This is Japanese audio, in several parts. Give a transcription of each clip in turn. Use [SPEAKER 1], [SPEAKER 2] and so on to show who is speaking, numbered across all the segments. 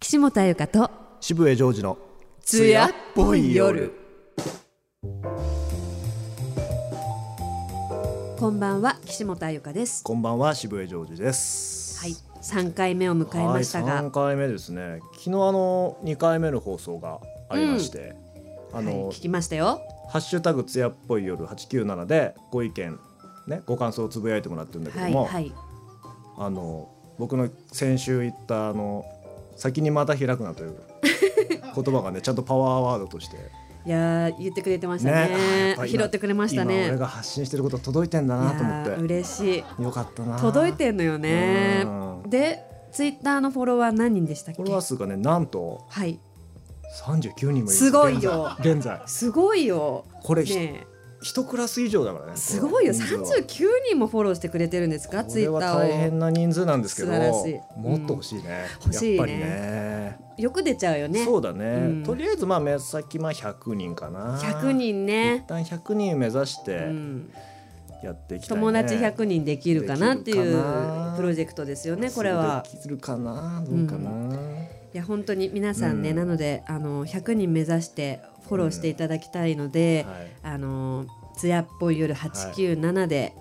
[SPEAKER 1] 岸本彩香と
[SPEAKER 2] 渋谷ジョージの
[SPEAKER 1] 艶っぽい夜こんばんは岸本彩香です
[SPEAKER 2] こんばんは渋谷ジョージです
[SPEAKER 1] はい3回目を迎えましたが、
[SPEAKER 2] はい、3回目ですね昨日あの2回目の放送がありまして、あの、
[SPEAKER 1] はい聞きましたよ
[SPEAKER 2] ハッシュタグ艶っぽい夜897でご意見ねご感想をつぶやいてもらってるんだけど
[SPEAKER 1] はい
[SPEAKER 2] も、
[SPEAKER 1] はい
[SPEAKER 2] あの僕の先週言ったあの先にまた開くなという 言葉がねちゃんとパワーワードとして
[SPEAKER 1] いやー言ってくれてましたね
[SPEAKER 2] ね
[SPEAKER 1] 拾ってくれました
[SPEAKER 2] 今
[SPEAKER 1] ね
[SPEAKER 2] 俺が発信してること届いてんだ
[SPEAKER 1] いや
[SPEAKER 2] なと思
[SPEAKER 1] ー
[SPEAKER 2] って
[SPEAKER 1] 嬉しい
[SPEAKER 2] よかったな
[SPEAKER 1] 届いてんのよね
[SPEAKER 2] うん
[SPEAKER 1] でツイッターのフォロワー何人でしたっ
[SPEAKER 2] フ
[SPEAKER 1] け
[SPEAKER 2] ォロワー数がねなんと
[SPEAKER 1] はい
[SPEAKER 2] 39人もいる
[SPEAKER 1] すごいよ
[SPEAKER 2] 現在現在
[SPEAKER 1] すごいよ
[SPEAKER 2] これひ
[SPEAKER 1] ね
[SPEAKER 2] 一クラス以上だからね
[SPEAKER 1] えすごいよ
[SPEAKER 2] この人数は
[SPEAKER 1] 39人もフォローしてくれてるんですか
[SPEAKER 2] こ
[SPEAKER 1] ツイ
[SPEAKER 2] れ
[SPEAKER 1] ッ
[SPEAKER 2] は
[SPEAKER 1] タ
[SPEAKER 2] 大
[SPEAKER 1] ー
[SPEAKER 2] 変な人数なんですけど
[SPEAKER 1] 素晴らしい
[SPEAKER 2] もっと欲しいね、
[SPEAKER 1] うん欲しいね
[SPEAKER 2] やっぱりね
[SPEAKER 1] をよく出ちゃうよね
[SPEAKER 2] そうだね、
[SPEAKER 1] うん
[SPEAKER 2] とりあえずまあ目先まあ100人かな
[SPEAKER 1] 100人
[SPEAKER 2] 一
[SPEAKER 1] ね
[SPEAKER 2] 旦100人目指し
[SPEAKER 1] う
[SPEAKER 2] て
[SPEAKER 1] ん、
[SPEAKER 2] やっていきたい、ね
[SPEAKER 1] 友達100人できるかなってい
[SPEAKER 2] できる
[SPEAKER 1] う
[SPEAKER 2] かな
[SPEAKER 1] プロジェクトですよねこれは
[SPEAKER 2] そできるかなどうかな、
[SPEAKER 1] いや本当に皆さんね、
[SPEAKER 2] うん
[SPEAKER 1] なのであの100人目指してフォローしていただきたいので、
[SPEAKER 2] はい
[SPEAKER 1] あのつやっぽい夜897で、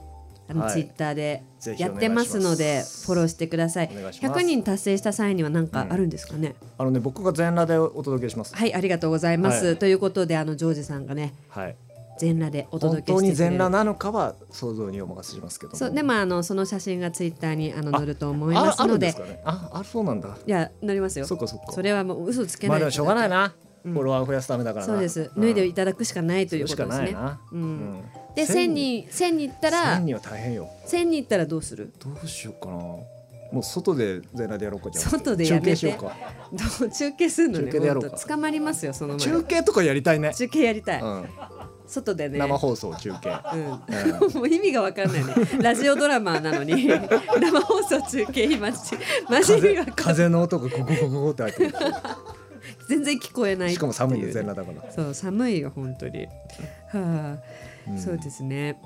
[SPEAKER 1] あの
[SPEAKER 2] はい
[SPEAKER 1] ツイッターで
[SPEAKER 2] ぜひお
[SPEAKER 1] や
[SPEAKER 2] 願いし
[SPEAKER 1] っ
[SPEAKER 2] ます
[SPEAKER 1] てますのでフォローしてください
[SPEAKER 2] お願いします
[SPEAKER 1] 100人達成した際には何かあるんですかね、
[SPEAKER 2] あのね僕が全裸でお届けします
[SPEAKER 1] はいありがとうございます、
[SPEAKER 2] はい
[SPEAKER 1] ということであのジョージさんがね
[SPEAKER 2] はい
[SPEAKER 1] 全裸でお
[SPEAKER 2] 本
[SPEAKER 1] 届けして
[SPEAKER 2] 当
[SPEAKER 1] くれ
[SPEAKER 2] に
[SPEAKER 1] る
[SPEAKER 2] 全裸なのかは想像にお任せしますけども
[SPEAKER 1] そうでもあのその写真がツイッターにあの
[SPEAKER 2] あ
[SPEAKER 1] 載ると思いますので
[SPEAKER 2] ああるんですかねああそうなんだ
[SPEAKER 1] いや載りますよ
[SPEAKER 2] そっかそっか
[SPEAKER 1] れはもう嘘つけ
[SPEAKER 2] ま
[SPEAKER 1] な
[SPEAKER 2] あ
[SPEAKER 1] い
[SPEAKER 2] でもしょうがない
[SPEAKER 1] な
[SPEAKER 2] な、
[SPEAKER 1] うん
[SPEAKER 2] フォロワー増やすためだからな
[SPEAKER 1] そうです脱いで
[SPEAKER 2] い
[SPEAKER 1] いただくしかないと
[SPEAKER 2] と
[SPEAKER 1] いうことです
[SPEAKER 2] し
[SPEAKER 1] ね
[SPEAKER 2] かないな、
[SPEAKER 1] うんで1000人1000人行ったら
[SPEAKER 2] 1000人は大変よ
[SPEAKER 1] 1000人行ったらどうする
[SPEAKER 2] どうしようかなもう外で全裸でやろうかじゃあ
[SPEAKER 1] 外でやめて
[SPEAKER 2] 中継しようか
[SPEAKER 1] どう中継するのね
[SPEAKER 2] 中継でやろうか
[SPEAKER 1] ほんと捕まりますよその前
[SPEAKER 2] 中継とかやりたいね、
[SPEAKER 1] 中継やりたい、
[SPEAKER 2] うん、
[SPEAKER 1] 外でね
[SPEAKER 2] 生放送中継
[SPEAKER 1] うん
[SPEAKER 2] うん
[SPEAKER 1] もう意味がわかんないね。ラジオドラマーなの に生放送中継今しマジ意味
[SPEAKER 2] 風
[SPEAKER 1] わかんない
[SPEAKER 2] 風の音がゴゴゴゴゴって入ってく
[SPEAKER 1] 全然聞こえない
[SPEAKER 2] るしかも寒いよ
[SPEAKER 1] ってう
[SPEAKER 2] 全
[SPEAKER 1] ね
[SPEAKER 2] 裸だから
[SPEAKER 1] そう寒いよ本当に。はあ、
[SPEAKER 2] うん
[SPEAKER 1] そうですね。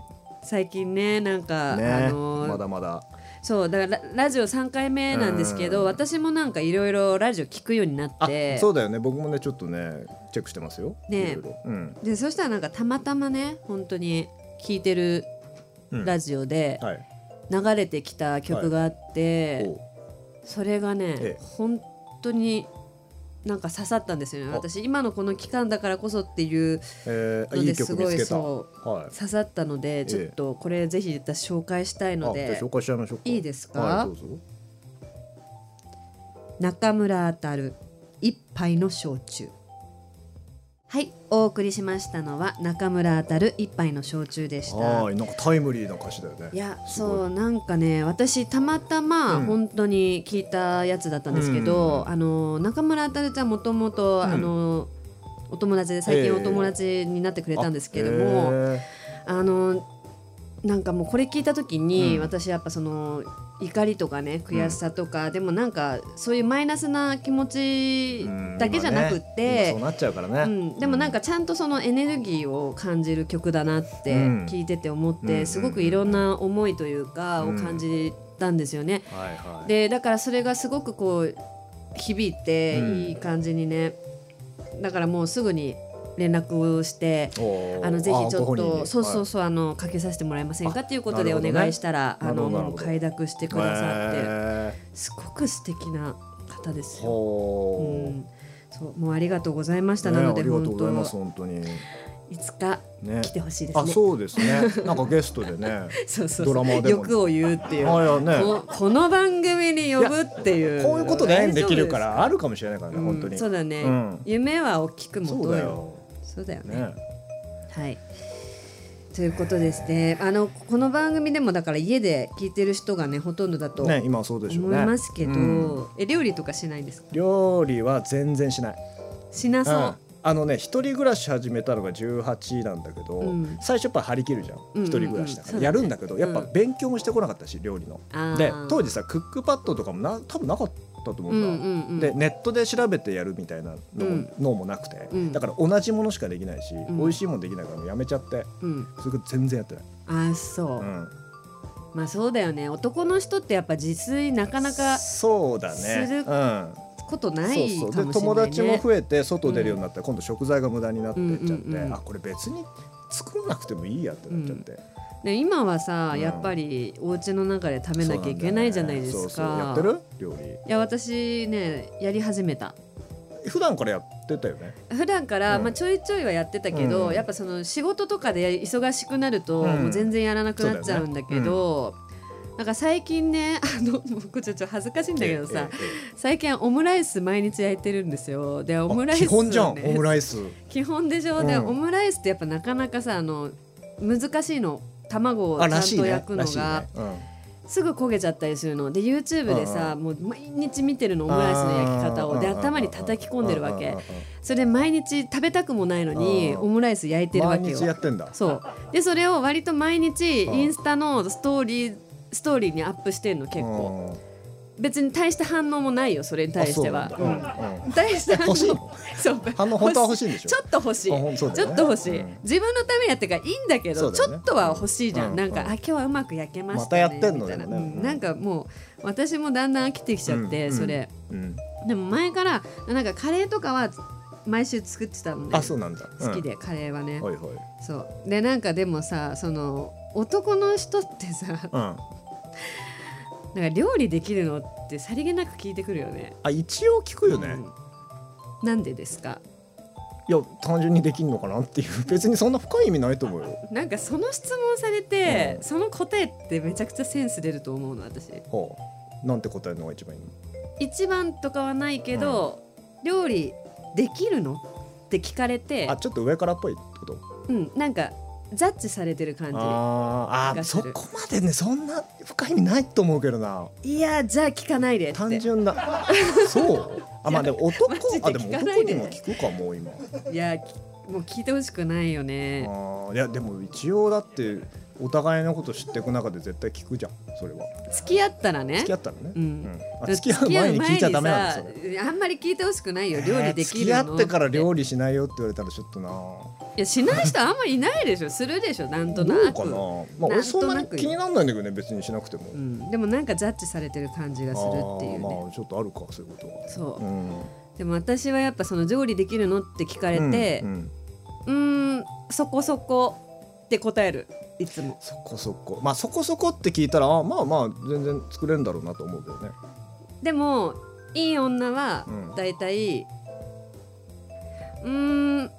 [SPEAKER 1] 最近ねなんか、
[SPEAKER 2] ね
[SPEAKER 1] あのー
[SPEAKER 2] まだまだ
[SPEAKER 1] そうだからララジオ三回目なんですけ
[SPEAKER 2] う
[SPEAKER 1] ど
[SPEAKER 2] ん
[SPEAKER 1] 私もなんかいろいろラジオ聞くようにな
[SPEAKER 2] あ
[SPEAKER 1] って
[SPEAKER 2] そうだよね僕もねちょっとねチェックしてますよ
[SPEAKER 1] ね
[SPEAKER 2] いろいろうん
[SPEAKER 1] でそしたらなんかたまたまね本当に聞いてる
[SPEAKER 2] うん
[SPEAKER 1] ラジオで
[SPEAKER 2] はい
[SPEAKER 1] 流れてきた曲があって。
[SPEAKER 2] おう
[SPEAKER 1] それがね、
[SPEAKER 2] ええ
[SPEAKER 1] 本当になんか刺さったんですよね
[SPEAKER 2] あ
[SPEAKER 1] 私今のこの期間だからこそっていう
[SPEAKER 2] えー、
[SPEAKER 1] の
[SPEAKER 2] いい
[SPEAKER 1] です
[SPEAKER 2] 曲
[SPEAKER 1] ご
[SPEAKER 2] 見つ
[SPEAKER 1] い
[SPEAKER 2] けた
[SPEAKER 1] そ
[SPEAKER 2] は
[SPEAKER 1] う刺さったのでちょっとこれぜひ私紹介したい
[SPEAKER 2] い
[SPEAKER 1] の
[SPEAKER 2] あじゃあ
[SPEAKER 1] で
[SPEAKER 2] 紹介しちゃいましょうか
[SPEAKER 1] いいですか
[SPEAKER 2] はいどうぞ
[SPEAKER 1] 中村あたる一杯の焼酎はいお送りしましたのは中村あたる一杯の焼酎でした
[SPEAKER 2] はーいなんかタイムリーな歌詞だよね
[SPEAKER 1] いや
[SPEAKER 2] すごい
[SPEAKER 1] そうなんかね私たまたま
[SPEAKER 2] うん
[SPEAKER 1] 本当に聞いたやつだったんですけど、
[SPEAKER 2] うん
[SPEAKER 1] あの中村あたるちゃんもともと、
[SPEAKER 2] うん
[SPEAKER 1] あのお友達で最
[SPEAKER 2] ええ
[SPEAKER 1] 近お友達になってくれたんですけども、
[SPEAKER 2] あへ
[SPEAKER 1] あのなんかもうこれ聞いた時に、
[SPEAKER 2] うん
[SPEAKER 1] 私やっぱその怒りとかね悔しさとか、でもなんかそういうマイナスな気持
[SPEAKER 2] ーうん
[SPEAKER 1] ちだけじゃなくっ
[SPEAKER 2] 今ね今
[SPEAKER 1] て
[SPEAKER 2] そう、なっちゃうからね、
[SPEAKER 1] うん、でもなんかちゃんとそのエネルギーを感じる曲だなって
[SPEAKER 2] うん
[SPEAKER 1] 聞いてて思っ
[SPEAKER 2] うんうんう
[SPEAKER 1] て
[SPEAKER 2] ん
[SPEAKER 1] すごくいろんな思いというか
[SPEAKER 2] う
[SPEAKER 1] を
[SPEAKER 2] ん
[SPEAKER 1] 感じたんですよね。
[SPEAKER 2] はいはい
[SPEAKER 1] でだからそれがすごくこう響いて
[SPEAKER 2] うん
[SPEAKER 1] いい感じにねだからもうすぐに連絡をして。
[SPEAKER 2] おー
[SPEAKER 1] あのぜひち
[SPEAKER 2] あ
[SPEAKER 1] ょっ
[SPEAKER 2] ご本人
[SPEAKER 1] と
[SPEAKER 2] に
[SPEAKER 1] そうそ
[SPEAKER 2] は
[SPEAKER 1] う
[SPEAKER 2] い
[SPEAKER 1] そうあのかけさせてもらえませんかっていうことで
[SPEAKER 2] なる
[SPEAKER 1] お
[SPEAKER 2] ほどね
[SPEAKER 1] 願いしたらあ
[SPEAKER 2] なる
[SPEAKER 1] の
[SPEAKER 2] ほどな
[SPEAKER 1] も
[SPEAKER 2] る
[SPEAKER 1] う
[SPEAKER 2] ほど
[SPEAKER 1] 快諾してくださって
[SPEAKER 2] へ
[SPEAKER 1] すごく素敵な方です
[SPEAKER 2] ー
[SPEAKER 1] よ。う
[SPEAKER 2] ほーね
[SPEAKER 1] ん、そうもうありがとうございました、
[SPEAKER 2] あり
[SPEAKER 1] な
[SPEAKER 2] が
[SPEAKER 1] の
[SPEAKER 2] と
[SPEAKER 1] で
[SPEAKER 2] う
[SPEAKER 1] 本
[SPEAKER 2] ございます
[SPEAKER 1] 当
[SPEAKER 2] 本当にね
[SPEAKER 1] いつか来てほしいですね。
[SPEAKER 2] あそうですねなんかゲスト でね
[SPEAKER 1] そうそう
[SPEAKER 2] ドラマでも
[SPEAKER 1] 欲を言うっていう、
[SPEAKER 2] あいやね
[SPEAKER 1] ここの番組に呼ぶっていう
[SPEAKER 2] こういうことで縁
[SPEAKER 1] 大丈夫
[SPEAKER 2] できるか
[SPEAKER 1] す
[SPEAKER 2] らあるかもしれないからね、
[SPEAKER 1] うん
[SPEAKER 2] 本当に
[SPEAKER 1] そうだね、
[SPEAKER 2] うん
[SPEAKER 1] 夢は大きく持
[SPEAKER 2] そ
[SPEAKER 1] と
[SPEAKER 2] う
[SPEAKER 1] う
[SPEAKER 2] だ
[SPEAKER 1] よ
[SPEAKER 2] よ
[SPEAKER 1] そうだよね
[SPEAKER 2] ね
[SPEAKER 1] はいということですねあのこの番組でもだから家で聞いてる人がねほとんどだと
[SPEAKER 2] ね今はそうでしょうね
[SPEAKER 1] 思いますけど、
[SPEAKER 2] うん
[SPEAKER 1] え料理とかしないんですか
[SPEAKER 2] 料理は全然しない
[SPEAKER 1] しなそ
[SPEAKER 2] ん
[SPEAKER 1] う、、
[SPEAKER 2] あのね一人暮らし始めたのが18なんだけど、
[SPEAKER 1] うん
[SPEAKER 2] 最初やっぱ張り切るじゃん
[SPEAKER 1] うんうん
[SPEAKER 2] 一人暮らしだから、
[SPEAKER 1] そうだね
[SPEAKER 2] やるんだけどやっぱ
[SPEAKER 1] うん
[SPEAKER 2] 勉強もしてこなかったし料理の。
[SPEAKER 1] あー
[SPEAKER 2] で当時さクックパッドとかもな多分なかったと思
[SPEAKER 1] う
[SPEAKER 2] う
[SPEAKER 1] んん
[SPEAKER 2] だ、
[SPEAKER 1] うんうん
[SPEAKER 2] でネットで調べてやるみたいなのも,、
[SPEAKER 1] うん
[SPEAKER 2] のもなくて、
[SPEAKER 1] うん
[SPEAKER 2] だから同じものしかできないし、
[SPEAKER 1] ん
[SPEAKER 2] 美味しいもんできないからもうやめちゃって
[SPEAKER 1] うん
[SPEAKER 2] それから全然やってない、
[SPEAKER 1] あーそう、
[SPEAKER 2] うん
[SPEAKER 1] まあそうだよね男の人ってやっぱ自炊なかなか
[SPEAKER 2] そうだ
[SPEAKER 1] する
[SPEAKER 2] ね、うん、
[SPEAKER 1] ことな
[SPEAKER 2] そう
[SPEAKER 1] い
[SPEAKER 2] そう
[SPEAKER 1] か
[SPEAKER 2] で
[SPEAKER 1] もしれ
[SPEAKER 2] 友
[SPEAKER 1] ないね
[SPEAKER 2] 達も増えて外出るようになったら今度食材が無駄になってっちゃって、
[SPEAKER 1] うんうんうん
[SPEAKER 2] あこれ別に作らなくてもいいやってなっちゃって、
[SPEAKER 1] ね今はさ、
[SPEAKER 2] うん
[SPEAKER 1] やっぱりお家の中で食べなきゃいけないじゃないですか
[SPEAKER 2] そうなんだよねそうそうやってる料
[SPEAKER 1] いや私ねやり始めた
[SPEAKER 2] 理普段からやってたよね
[SPEAKER 1] 普段から、
[SPEAKER 2] うん
[SPEAKER 1] まあ、ちょいちょいはやってたけど、
[SPEAKER 2] うん
[SPEAKER 1] やっぱその仕事とかで忙しくなると、
[SPEAKER 2] うん
[SPEAKER 1] もう全然やらなくなっちゃうんだけどなんか最近ね あの僕ちょっと恥ずかしいんだけどさ
[SPEAKER 2] ええええ
[SPEAKER 1] 最近オムライス毎日焼いてるんですよでオムライス、
[SPEAKER 2] あ
[SPEAKER 1] ね、
[SPEAKER 2] 基本じゃんオムライス
[SPEAKER 1] 基本でしょ、で
[SPEAKER 2] うん
[SPEAKER 1] オムライスってやっぱなかなかさあの難しいの卵をち
[SPEAKER 2] あ
[SPEAKER 1] ゃん
[SPEAKER 2] らしい
[SPEAKER 1] と
[SPEAKER 2] ね
[SPEAKER 1] 焼くの
[SPEAKER 2] らしい
[SPEAKER 1] が、
[SPEAKER 2] ね、うん
[SPEAKER 1] すぐ焦げちゃったりするので YouTube でさ、もう毎日見てるのオムライスの焼き方をで頭に叩き込んでるわけそれ毎日食べたくもないのに
[SPEAKER 2] うん
[SPEAKER 1] オムライス焼いてるわ
[SPEAKER 2] 毎
[SPEAKER 1] け
[SPEAKER 2] 日や
[SPEAKER 1] よ
[SPEAKER 2] ってんだ
[SPEAKER 1] そうでそれを割と毎日
[SPEAKER 2] うん
[SPEAKER 1] インスタのストーリーストーリーにアップしてるの結構別に大した反応もないよそれに対しては
[SPEAKER 2] あそうなんだうんうん
[SPEAKER 1] うん大した反応
[SPEAKER 2] 欲しいの
[SPEAKER 1] そう
[SPEAKER 2] 反応本当は欲しいんでしょ
[SPEAKER 1] ちょっと欲しい
[SPEAKER 2] あほんそうだ
[SPEAKER 1] ち
[SPEAKER 2] よ
[SPEAKER 1] ょ
[SPEAKER 2] ね
[SPEAKER 1] っと欲しい、
[SPEAKER 2] うん
[SPEAKER 1] 自分のためにやってからいいんだけど
[SPEAKER 2] そうだ
[SPEAKER 1] ち
[SPEAKER 2] よね
[SPEAKER 1] ょっとは欲しいじゃん、
[SPEAKER 2] うん
[SPEAKER 1] なんか、
[SPEAKER 2] うん
[SPEAKER 1] あ今日はうまく焼けました、ね、
[SPEAKER 2] またやってんの
[SPEAKER 1] みたいな、
[SPEAKER 2] でもね
[SPEAKER 1] うん
[SPEAKER 2] うん
[SPEAKER 1] なんかもう私もだんだん飽きてきちゃって、
[SPEAKER 2] うんうん
[SPEAKER 1] それ
[SPEAKER 2] うん
[SPEAKER 1] でも前からなんかカレーとかは毎週作ってたのね
[SPEAKER 2] あそうなんだ
[SPEAKER 1] 好きで、カレーはね、
[SPEAKER 2] うんはいはい
[SPEAKER 1] そうでなんかでもさその男の人ってさ
[SPEAKER 2] うん
[SPEAKER 1] なんか料理できるのってさりげなく聞いてくるよね
[SPEAKER 2] あ一応聞くよね、
[SPEAKER 1] う
[SPEAKER 2] い
[SPEAKER 1] んなんでですか
[SPEAKER 2] や単純にできんのかなっていう 別にそんな深い意味ないと思うよ
[SPEAKER 1] なんかその質問されて、
[SPEAKER 2] うん
[SPEAKER 1] その答えってめちゃくちゃセンス出ると思うの私
[SPEAKER 2] ほうなんて答えるのが一番いいの
[SPEAKER 1] 一番とかはないけど、料理できるのって聞かれて
[SPEAKER 2] あちょっと上からっぽいってこと
[SPEAKER 1] うんなんかジャッジされてる感
[SPEAKER 2] あーあー
[SPEAKER 1] がす
[SPEAKER 2] そ
[SPEAKER 1] る
[SPEAKER 2] こまでねそんな深い意味ないと思うけどな
[SPEAKER 1] じいやじゃあ聞かないでって
[SPEAKER 2] 単純 なそうあまあでも男
[SPEAKER 1] マジで
[SPEAKER 2] あでも
[SPEAKER 1] 聞かない
[SPEAKER 2] 男
[SPEAKER 1] で
[SPEAKER 2] にも聞くかもう今
[SPEAKER 1] いやきもう聞いてほしくないよね
[SPEAKER 2] あーいやでも一応だってお互いのこと知っていく中で絶対聞くじゃんそれは
[SPEAKER 1] 付き合ったらね
[SPEAKER 2] 付き合ったらね、
[SPEAKER 1] うん
[SPEAKER 2] あ付き合う前に聞いちゃダメなんですよ
[SPEAKER 1] 付き合う前にさあんまり聞いてほしくないよ料理できるの、
[SPEAKER 2] えー付き合ってから料理しないよって言われたらちょっとない
[SPEAKER 1] やしない人あんまりいないでしょするでしょなんと
[SPEAKER 2] ど
[SPEAKER 1] なく
[SPEAKER 2] うかなまあ俺そんな
[SPEAKER 1] なん
[SPEAKER 2] に
[SPEAKER 1] となく
[SPEAKER 2] 気にならないんだけどね別にしなくても、
[SPEAKER 1] うん、でもなんかジャッジされてる感じがするっていう
[SPEAKER 2] あ
[SPEAKER 1] ね
[SPEAKER 2] ーまあちょっとあるかそういうことは
[SPEAKER 1] そううんでも私はやっぱその料理できるのって聞かれて
[SPEAKER 2] うんうん
[SPEAKER 1] うーん,、そこそこって答えるいつも
[SPEAKER 2] そこそこまあそこそこって聞いたらあまあまあ全然作れるんだろうなと思うけどね
[SPEAKER 1] でもいい女は
[SPEAKER 2] うん
[SPEAKER 1] だいたいうーん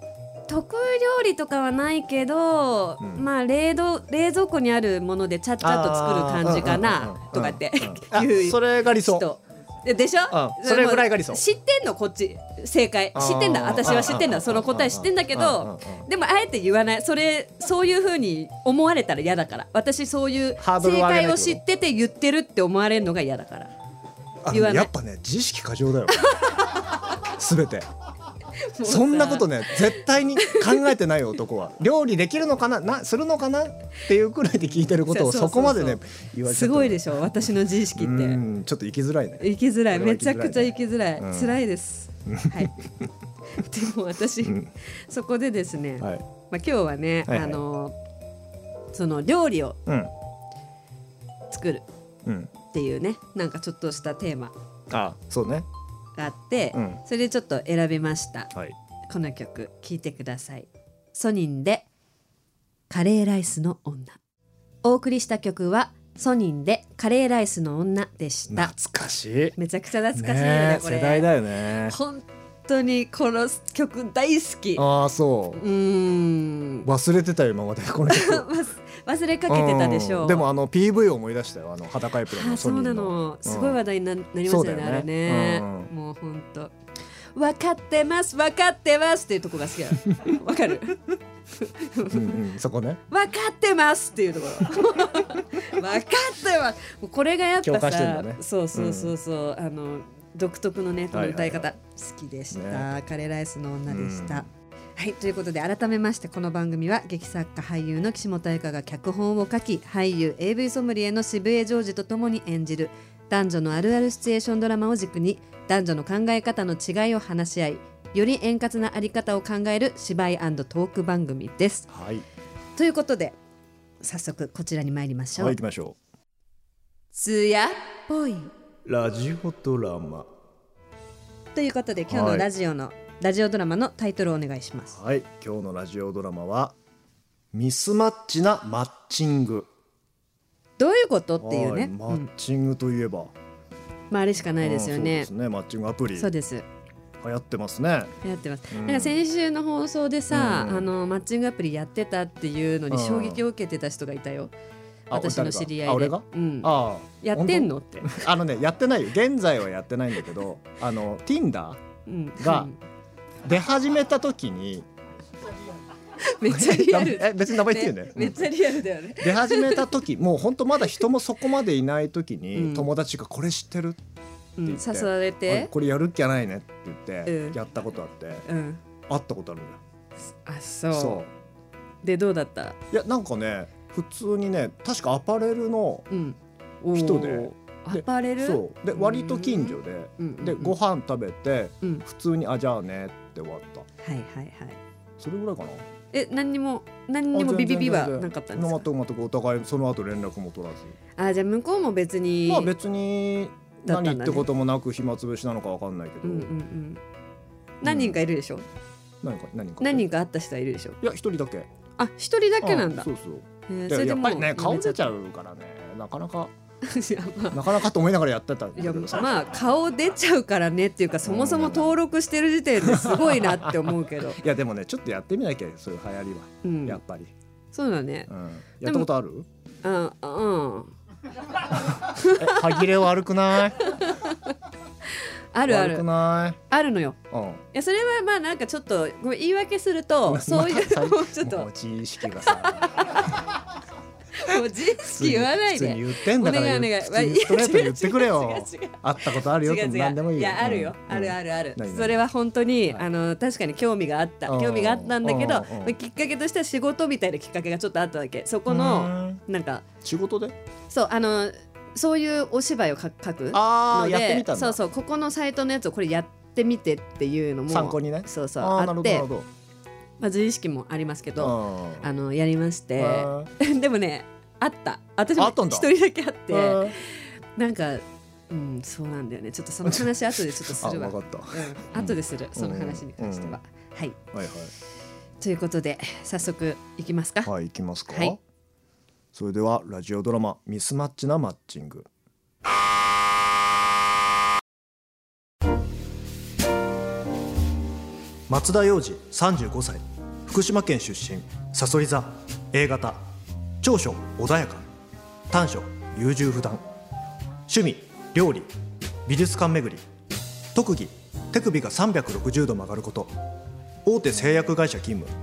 [SPEAKER 1] 得意料理とかはないけど、
[SPEAKER 2] うん
[SPEAKER 1] まあ冷凍冷蔵庫にあるものでちゃっちゃっと作る感じか
[SPEAKER 2] あーうんうんうんう
[SPEAKER 1] なんとかって
[SPEAKER 2] あ
[SPEAKER 1] 言う
[SPEAKER 2] それが理想
[SPEAKER 1] 人ででしょ
[SPEAKER 2] うんそれぐらいが理想
[SPEAKER 1] 知ってんのこっち正解
[SPEAKER 2] あー
[SPEAKER 1] 知ってんだ私は知ってん
[SPEAKER 2] あ
[SPEAKER 1] だ
[SPEAKER 2] ー
[SPEAKER 1] その答え知ってんだけ
[SPEAKER 2] うんうん
[SPEAKER 1] ど
[SPEAKER 2] うん
[SPEAKER 1] でもあえて言わないそれそういうふうに思われたら嫌だから私そういう
[SPEAKER 2] ハードルを
[SPEAKER 1] 正
[SPEAKER 2] 上げない
[SPEAKER 1] 解を知ってて言ってるって思われるのが嫌だから
[SPEAKER 2] あ
[SPEAKER 1] 言わない
[SPEAKER 2] やっぱね自意識過剰 だよすべて
[SPEAKER 1] もうさ
[SPEAKER 2] そんなことね絶対に考えてないよ男 は料理できるのかななするのかなっていうくらいで聞いてることを
[SPEAKER 1] そうそうそうそう
[SPEAKER 2] そこまでね言われちゃ
[SPEAKER 1] す
[SPEAKER 2] った
[SPEAKER 1] ごいでしょ私の自意識っ
[SPEAKER 2] う
[SPEAKER 1] て
[SPEAKER 2] んちょっと生きづらいね
[SPEAKER 1] 生きづらい
[SPEAKER 2] これは
[SPEAKER 1] め
[SPEAKER 2] 生き
[SPEAKER 1] ち
[SPEAKER 2] づ
[SPEAKER 1] ゃ
[SPEAKER 2] らいね
[SPEAKER 1] くちゃ生きづらい
[SPEAKER 2] うん
[SPEAKER 1] 辛いですはい でも私
[SPEAKER 2] ん
[SPEAKER 1] そこでですねまあ
[SPEAKER 2] はい
[SPEAKER 1] 今日はね
[SPEAKER 2] はいはい
[SPEAKER 1] あのその料理を
[SPEAKER 2] うん
[SPEAKER 1] 作る
[SPEAKER 2] うん
[SPEAKER 1] っていうねなんかちょっとしたテーマ
[SPEAKER 2] あそうね
[SPEAKER 1] があって、
[SPEAKER 2] うん
[SPEAKER 1] それでちょっと選びました
[SPEAKER 2] はい
[SPEAKER 1] この曲聴いてくださいソニンでカレーライスの女お送りした曲はソニンでカレーライスの女でした
[SPEAKER 2] 懐かしい
[SPEAKER 1] めちゃくちゃ懐かしいよね
[SPEAKER 2] ねえ
[SPEAKER 1] これ
[SPEAKER 2] 世代だよね
[SPEAKER 1] 本当にこの曲大好きう
[SPEAKER 2] ああそ
[SPEAKER 1] ーん
[SPEAKER 2] う忘れてたよ今まで この曲
[SPEAKER 1] 忘れかけてたでしょう、
[SPEAKER 2] うんでもあの PV を思い出したよあの裸エプロン
[SPEAKER 1] あ
[SPEAKER 2] の
[SPEAKER 1] あ
[SPEAKER 2] ソ
[SPEAKER 1] そ
[SPEAKER 2] ニ
[SPEAKER 1] う
[SPEAKER 2] ー
[SPEAKER 1] な
[SPEAKER 2] の
[SPEAKER 1] の、すごい話題にななりましたよね
[SPEAKER 2] そうだよね
[SPEAKER 1] あれね、
[SPEAKER 2] う
[SPEAKER 1] もうほんと分かってます分かってますっていうとこが好きだわかる
[SPEAKER 2] うんうんそこね
[SPEAKER 1] 分かってますっていうとこ ろ分かってますもうこれがやっぱ
[SPEAKER 2] 共感してん
[SPEAKER 1] さ、
[SPEAKER 2] だね
[SPEAKER 1] そうそうそうそう、あの独特のねこの歌い方、
[SPEAKER 2] は
[SPEAKER 1] 好きでした、
[SPEAKER 2] ね
[SPEAKER 1] カレーライスの女でした、
[SPEAKER 2] うん
[SPEAKER 1] はいということで改めましてこの番組は劇作家俳優の岸本彩香が脚本を書き俳優 AV ソムリエの渋江ジョージと共に演じる男女のあるあるシチュエーションドラマを軸に男女の考え方の違いを話し合いより円滑なあり方を考える芝居トーク番組です。
[SPEAKER 2] はい
[SPEAKER 1] ということで早速こちらに参りましょ
[SPEAKER 2] は
[SPEAKER 1] う、
[SPEAKER 2] い行きましょ
[SPEAKER 1] 艶っぽいう
[SPEAKER 2] ラジオドラマ
[SPEAKER 1] ということで今日のラジオの、ラジオドラマのタイトルをお願いします
[SPEAKER 2] はい今日のラジオドラマはミスマッチなマッチング
[SPEAKER 1] どういうことっていう
[SPEAKER 2] はい
[SPEAKER 1] ね、
[SPEAKER 2] マ
[SPEAKER 1] う
[SPEAKER 2] ッ
[SPEAKER 1] ん
[SPEAKER 2] チングといえば、
[SPEAKER 1] まああれしかないですよ
[SPEAKER 2] ああ
[SPEAKER 1] ね
[SPEAKER 2] そうですねマッチングアプリ
[SPEAKER 1] そう
[SPEAKER 2] 流
[SPEAKER 1] です
[SPEAKER 2] 行ってますね
[SPEAKER 1] やってます、
[SPEAKER 2] うん
[SPEAKER 1] なんか先週の放送でさ、
[SPEAKER 2] うん
[SPEAKER 1] あのマッチングアプリやってたっていうのに衝撃を受けてた人がいたよ、
[SPEAKER 2] あ
[SPEAKER 1] 私の知り合いで
[SPEAKER 2] あ俺が
[SPEAKER 1] うん、
[SPEAKER 2] ああ
[SPEAKER 1] やってんのって、
[SPEAKER 2] 本当あのねやってないよ現在はやってないんだけどあの Tinder
[SPEAKER 1] うん、
[SPEAKER 2] が出始めた時に
[SPEAKER 1] めっちゃリアル
[SPEAKER 2] え別に名前言っていいよね
[SPEAKER 1] めっちゃリアルだよね
[SPEAKER 2] 出始めた時もう本当まだ人もそこまでいない時に、
[SPEAKER 1] うん
[SPEAKER 2] 友達が「これ知ってる?
[SPEAKER 1] うん
[SPEAKER 2] って言って
[SPEAKER 1] 誘われ
[SPEAKER 2] あ
[SPEAKER 1] て
[SPEAKER 2] これやるっきゃないね」って言って、
[SPEAKER 1] うん
[SPEAKER 2] やったことあって
[SPEAKER 1] うん
[SPEAKER 2] 会ったことあるんだよ。
[SPEAKER 1] あそう
[SPEAKER 2] そ
[SPEAKER 1] でどうだった
[SPEAKER 2] ういやなんかね普通にね確かアパレルの
[SPEAKER 1] うんおー
[SPEAKER 2] 人で
[SPEAKER 1] アパレル
[SPEAKER 2] そうで割と近所で
[SPEAKER 1] うんうん
[SPEAKER 2] でご飯食べて
[SPEAKER 1] うん
[SPEAKER 2] 普通に「あじゃあね」って終わった
[SPEAKER 1] はいはいはい
[SPEAKER 2] それぐらいかな
[SPEAKER 1] え何にも何
[SPEAKER 2] あ
[SPEAKER 1] にもビ
[SPEAKER 2] 全
[SPEAKER 1] ビ
[SPEAKER 2] 然
[SPEAKER 1] ビは
[SPEAKER 2] 全然
[SPEAKER 1] なかったんです
[SPEAKER 2] 全
[SPEAKER 1] か
[SPEAKER 2] く全くお互いその後連絡も取らず
[SPEAKER 1] あじゃあ向こうも別に
[SPEAKER 2] まあ別に
[SPEAKER 1] だったんだ
[SPEAKER 2] 何
[SPEAKER 1] ね
[SPEAKER 2] ってこともなく暇つぶしなのかわかんないけ
[SPEAKER 1] う
[SPEAKER 2] ど、
[SPEAKER 1] んうんうん何人かいるでしょ
[SPEAKER 2] 何か何か
[SPEAKER 1] 何人か会った人はいるでしょ
[SPEAKER 2] いや一人だけ
[SPEAKER 1] あ一人だけなん
[SPEAKER 2] あ
[SPEAKER 1] だ
[SPEAKER 2] そうそう
[SPEAKER 1] へー
[SPEAKER 2] でやっぱりね顔出ちゃ
[SPEAKER 1] う
[SPEAKER 2] うからねなかなか
[SPEAKER 1] いやまあ
[SPEAKER 2] なかなかと思いながらやってたんだ
[SPEAKER 1] い
[SPEAKER 2] け
[SPEAKER 1] や
[SPEAKER 2] どさ
[SPEAKER 1] まあ顔出ちゃうからねっていうかそもそも登録してる時点ですごいなって思うけど、
[SPEAKER 2] いやでもねちょっとやってみなきゃそういう流行りは、
[SPEAKER 1] うん
[SPEAKER 2] やっ、ぱり、
[SPEAKER 1] そうだね
[SPEAKER 2] うん、やったことある
[SPEAKER 1] あうん
[SPEAKER 2] え歯切れ悪くない
[SPEAKER 1] あるあ
[SPEAKER 2] 悪く
[SPEAKER 1] る
[SPEAKER 2] な
[SPEAKER 1] あるのよ
[SPEAKER 2] い、うん、
[SPEAKER 1] いやそれはまあなんかちょっとごめん言い訳するとそういう
[SPEAKER 2] まあ
[SPEAKER 1] もうちょっと
[SPEAKER 2] もう知識がさ
[SPEAKER 1] もう自意識 言わない
[SPEAKER 2] 普通に
[SPEAKER 1] で
[SPEAKER 2] 言ってんだから
[SPEAKER 1] お願いお願い
[SPEAKER 2] 普通にストレートに言ってくれ
[SPEAKER 1] いや違う違
[SPEAKER 2] よ
[SPEAKER 1] う違う違う
[SPEAKER 2] 会ったことあるよって何でもいいよ
[SPEAKER 1] やあるよ、
[SPEAKER 2] うん
[SPEAKER 1] あるあるある
[SPEAKER 2] 何何
[SPEAKER 1] それは本当に、
[SPEAKER 2] はい
[SPEAKER 1] あの確かに興味があった
[SPEAKER 2] うん
[SPEAKER 1] 興味があったんだけど、
[SPEAKER 2] うんうん
[SPEAKER 1] まあきっかけとしては仕事みたいなきっかけがちょっとあったわけそこの
[SPEAKER 2] うん
[SPEAKER 1] なんか
[SPEAKER 2] 仕事で
[SPEAKER 1] そうあのそういうお芝居を書く書く
[SPEAKER 2] あ
[SPEAKER 1] の
[SPEAKER 2] あ
[SPEAKER 1] で
[SPEAKER 2] やってみたんだ
[SPEAKER 1] そうそうここのサイトのやつをこれやってみてっていうのも
[SPEAKER 2] 参考にね
[SPEAKER 1] そうそう
[SPEAKER 2] あ
[SPEAKER 1] あ
[SPEAKER 2] あなる
[SPEAKER 1] っ
[SPEAKER 2] ほどな
[SPEAKER 1] て
[SPEAKER 2] る、ほ
[SPEAKER 1] まあ、自意識もありますけど
[SPEAKER 2] ど
[SPEAKER 1] あのやりまして、
[SPEAKER 2] う ん
[SPEAKER 1] でもねあった私も
[SPEAKER 2] あったんだ
[SPEAKER 1] 一人だけあって
[SPEAKER 2] うん
[SPEAKER 1] なんかうんそうなんだよねちょっとその話後でちょっと
[SPEAKER 2] あ
[SPEAKER 1] するわ
[SPEAKER 2] 分かったは
[SPEAKER 1] うん、後でする、その話に関しては、はい
[SPEAKER 2] いはい
[SPEAKER 1] ということで早速いきますか、
[SPEAKER 2] はい、行きますか。
[SPEAKER 1] はい
[SPEAKER 2] それではラジオドラマミスマッチなマッチング。松田洋次35歳福島県出身さそり座 A 型長所穏やか短所優柔不断趣味料理美術館巡り特技手首が360度曲がること大手製薬会社勤務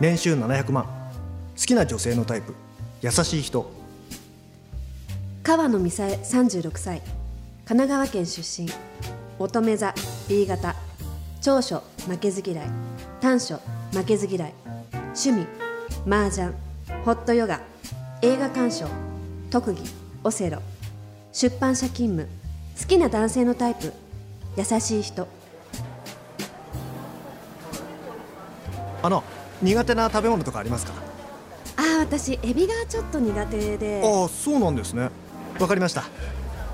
[SPEAKER 2] 年収700万好きな女性のタイプ優しい人
[SPEAKER 1] 川野美沙恵36歳神奈川県出身乙女座 B 型長所負けず嫌い短所負けず嫌い趣味麻雀ホットヨガ映画鑑賞特技オセロ出版社勤務好きな男性のタイプ優しい人
[SPEAKER 2] あの苦手な食べ物とかありますか
[SPEAKER 1] ああ私エビがちょっと苦手で
[SPEAKER 2] ああそうなんですねわかりました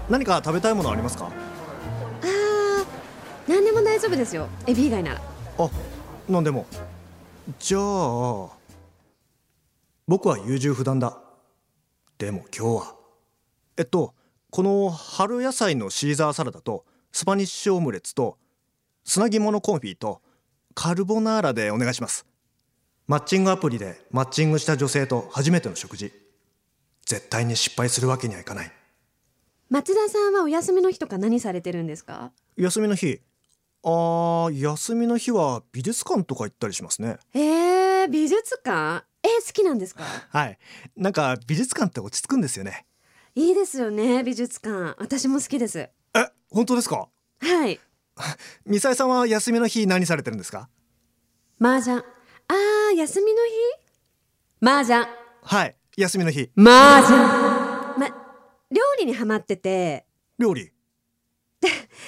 [SPEAKER 2] 何か食べたいものありますか
[SPEAKER 1] あー何でも大丈夫ですよエビ以外なら
[SPEAKER 2] あなんでもじゃあ僕は優柔不断だでも今日はえっとこの春野菜のシーザーサラダとスパニッシュオムレツと砂肝のコンフィとカルボナーラでお願いしますマッチングアプリでマッチングした女性と初めての食事絶対に失敗するわけにはいかない
[SPEAKER 1] 松田さんはお休みの日とか何されてるんですか
[SPEAKER 2] 休みの日あー休みの日は美術館とか行ったりしますね
[SPEAKER 1] えー、美術館えー、好きなんですか
[SPEAKER 2] はい。なんか美術館って落ち着くんですよね。
[SPEAKER 1] いいですよね美術館私も好きです
[SPEAKER 2] え、本当ですか。
[SPEAKER 1] はい
[SPEAKER 2] ミサイさんは休みの日何されてるんですか。
[SPEAKER 1] 麻雀あー休みの日麻雀
[SPEAKER 2] はい。休みの日、
[SPEAKER 1] 麻雀ま料理にハマってて
[SPEAKER 2] 料理。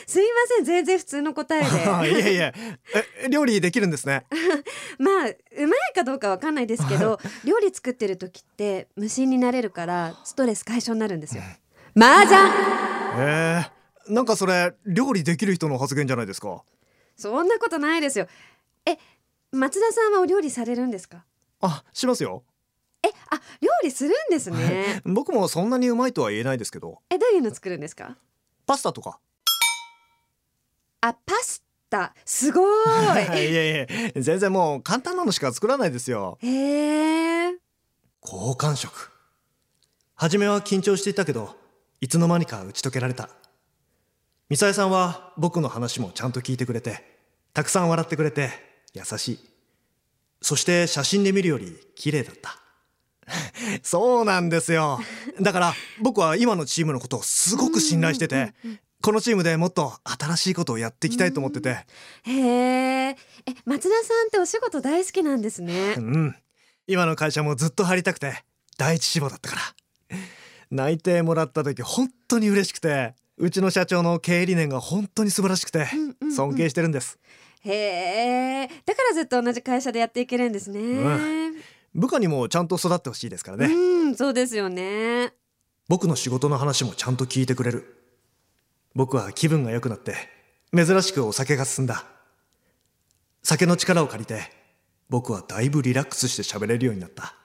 [SPEAKER 1] すいません全然普通の答え で
[SPEAKER 2] あいえいえ。え、料理できるんですね。
[SPEAKER 1] まあうまいかどうかわかんないですけど料理作ってる時って無心になれるからストレス解消になるんですよ麻雀
[SPEAKER 2] ええなんかそれ料理できる人の発言じゃないですか
[SPEAKER 1] そんなことないですよえ松田さんはお料理されるんですか
[SPEAKER 2] あしますよ
[SPEAKER 1] えあ料理するんですね
[SPEAKER 2] 僕もそんなにうまいとは言えないですけど
[SPEAKER 1] えどういうの作るんですか
[SPEAKER 2] パスタとか
[SPEAKER 1] あパスタすご
[SPEAKER 2] いや
[SPEAKER 1] ーい
[SPEAKER 2] いや全然もう簡単なのしか作らないですよ
[SPEAKER 1] へえ
[SPEAKER 2] 好感触初めは緊張していたけどいつの間にか打ち解けられたミサエさんは僕の話もちゃんと聞いてくれてたくさん笑ってくれて優しいそして写真で見るより綺麗だった そうなんですよだから僕は今のチームのことをすごく信頼しててこのチームでもっと新しいことをやっていきたいと思ってて
[SPEAKER 1] へーえ松田さんってお仕事大好きなんですね
[SPEAKER 2] うん今の会社もずっと入りたくて第一志望だったから内定もらった時本当に嬉しくてうちの社長の経営理念が本当に素晴らしくて
[SPEAKER 1] んうんうん
[SPEAKER 2] 尊敬してるんです、
[SPEAKER 1] へえだからずっと同じ会社でやっていけるんですね
[SPEAKER 2] う部下にもちゃんと育ってほしいですからね、
[SPEAKER 1] うんそうですよね
[SPEAKER 2] 僕の仕事の話もちゃんと聞いてくれる僕は気分が良くなって珍しくお酒が進んだ酒の力を借りて僕はだいぶリラックスして喋れるようになった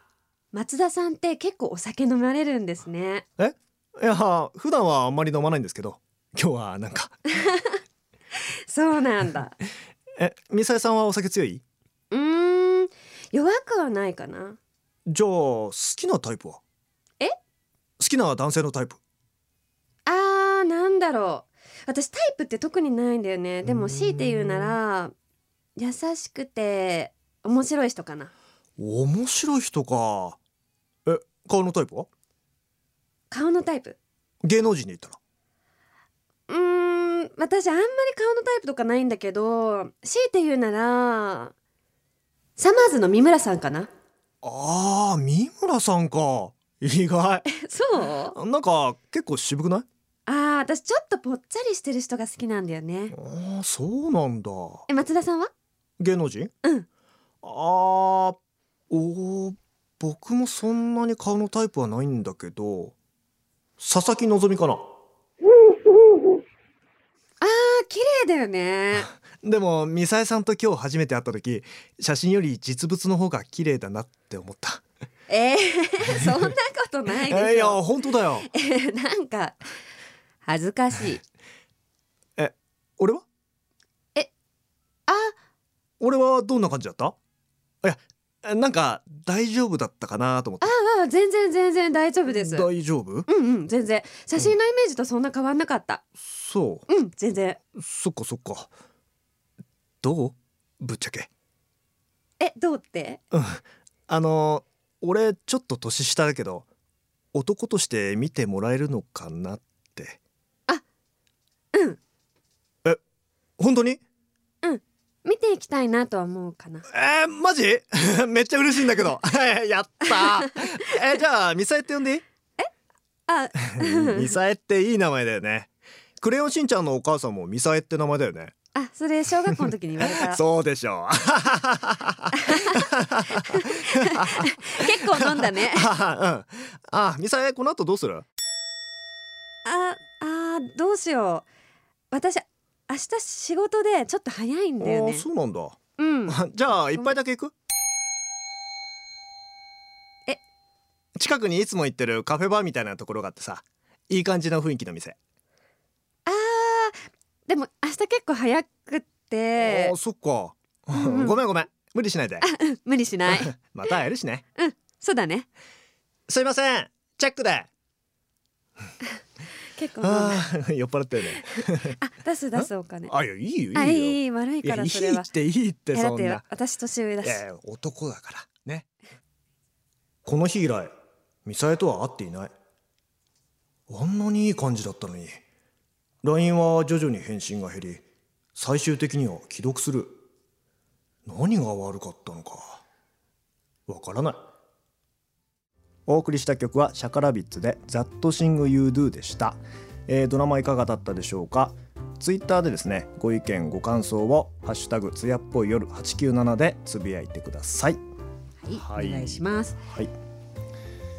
[SPEAKER 1] 松田さんって結構お酒飲まれるんですね
[SPEAKER 2] えいや普段はあんまり飲まないんですけど今日はなんか
[SPEAKER 1] そうなん だ
[SPEAKER 2] え、ミサエさんはお酒強いう
[SPEAKER 1] ーん弱くはないかな
[SPEAKER 2] じゃあ好きなタイプは
[SPEAKER 1] え
[SPEAKER 2] 好きな男性のタイプ
[SPEAKER 1] あーなんだろう私タイプって特にないんだよねでも強いて言うなら優しくて面白い人かな
[SPEAKER 2] 面白い人かえ顔のタイプは
[SPEAKER 1] 顔のタイプ
[SPEAKER 2] 芸能人で言ったら
[SPEAKER 1] うーん私あんまり顔のタイプとかないんだけど強いて言うならサマーズの三村さんかな
[SPEAKER 2] あー三村さんか 意外
[SPEAKER 1] そう
[SPEAKER 2] なんか結構渋くない
[SPEAKER 1] あー私ちょっとぽっちゃりしてる人が好きなんだよね
[SPEAKER 2] あーそうなんだ
[SPEAKER 1] え松田さんは
[SPEAKER 2] 芸能人
[SPEAKER 1] うん
[SPEAKER 2] あーおー僕もそんなに顔のタイプはないんだけど佐々木希かな
[SPEAKER 1] あー綺麗だよね
[SPEAKER 2] でもミサエさんと今日初めて会った時写真より実物の方が綺麗だなって思った
[SPEAKER 1] えー、 そんなことないで
[SPEAKER 2] えーい
[SPEAKER 1] し
[SPEAKER 2] や
[SPEAKER 1] ょ、
[SPEAKER 2] 本当だよ
[SPEAKER 1] えー、 なんか恥ずかしい
[SPEAKER 2] 俺は
[SPEAKER 1] あ
[SPEAKER 2] 俺はどんな感じだったいやなんか大丈夫だったかなと思って
[SPEAKER 1] あー全然全然大丈夫ですうん
[SPEAKER 2] 大丈夫
[SPEAKER 1] うん全然写真のイメージとそんな変わんなかった
[SPEAKER 2] そ
[SPEAKER 1] うん全然
[SPEAKER 2] うそっかそっかどうぶっちゃけ
[SPEAKER 1] えどうって
[SPEAKER 2] うんあの俺ちょっと年下だけど男として見てもらえるのかなって
[SPEAKER 1] あうん
[SPEAKER 2] え本当に
[SPEAKER 1] 見ていきたいなとは思うかな
[SPEAKER 2] えー、マジ めっちゃ嬉しいんだけど やったーえーじゃあミサエって呼んでい い
[SPEAKER 1] あ
[SPEAKER 2] ミサエって いい名前だよねクレヨンしんちゃんのお母さんもミサエって名前だよね
[SPEAKER 1] あそれ小学校の時に言われた
[SPEAKER 2] そうでしょ
[SPEAKER 1] 結構飲んだね
[SPEAKER 2] うあ、うん、あミサエこの後どうする
[SPEAKER 1] ああーどうしよう私明日仕事でちょっと早いんだよ
[SPEAKER 2] あ
[SPEAKER 1] ね
[SPEAKER 2] ーそうなんだ
[SPEAKER 1] うん
[SPEAKER 2] じゃあ一杯だけ行く
[SPEAKER 1] え
[SPEAKER 2] 近くにいつも行ってるカフェバーみたいなところがあってさいい感じの雰囲気の店
[SPEAKER 1] あーでも明日結構早くっ
[SPEAKER 2] あ
[SPEAKER 1] て
[SPEAKER 2] ーそっか
[SPEAKER 1] うんうん
[SPEAKER 2] ごめんごめん無理しないで
[SPEAKER 1] うん 無理しない
[SPEAKER 2] また会えるしね
[SPEAKER 1] そうだね
[SPEAKER 2] すいませんチェックで
[SPEAKER 1] 結構飲んだ
[SPEAKER 2] あー 酔っ払ったよね
[SPEAKER 1] あ出す出すお金
[SPEAKER 2] あいやいいよいいよ
[SPEAKER 1] あいいいい悪いから
[SPEAKER 2] い
[SPEAKER 1] それは
[SPEAKER 2] っていいって
[SPEAKER 1] いやだ
[SPEAKER 2] そ
[SPEAKER 1] っ
[SPEAKER 2] ん
[SPEAKER 1] て
[SPEAKER 2] な
[SPEAKER 1] 私年上だ
[SPEAKER 2] い
[SPEAKER 1] し
[SPEAKER 2] やいや男だからねこの日以来ミサエとは会っていないあんなにいい感じだったのに LINE は徐々に返信が減り最終的には既読する何が悪かったのかわからないお送りした曲はシャカラビッツで「That Sing You Do」でした、えードラマいかがだったでしょうかツイッターでですねご意見ご感想を「ハッシュタグつやっぽい夜897」でつぶやいてください
[SPEAKER 1] は
[SPEAKER 2] はいい
[SPEAKER 1] お願いします
[SPEAKER 2] はい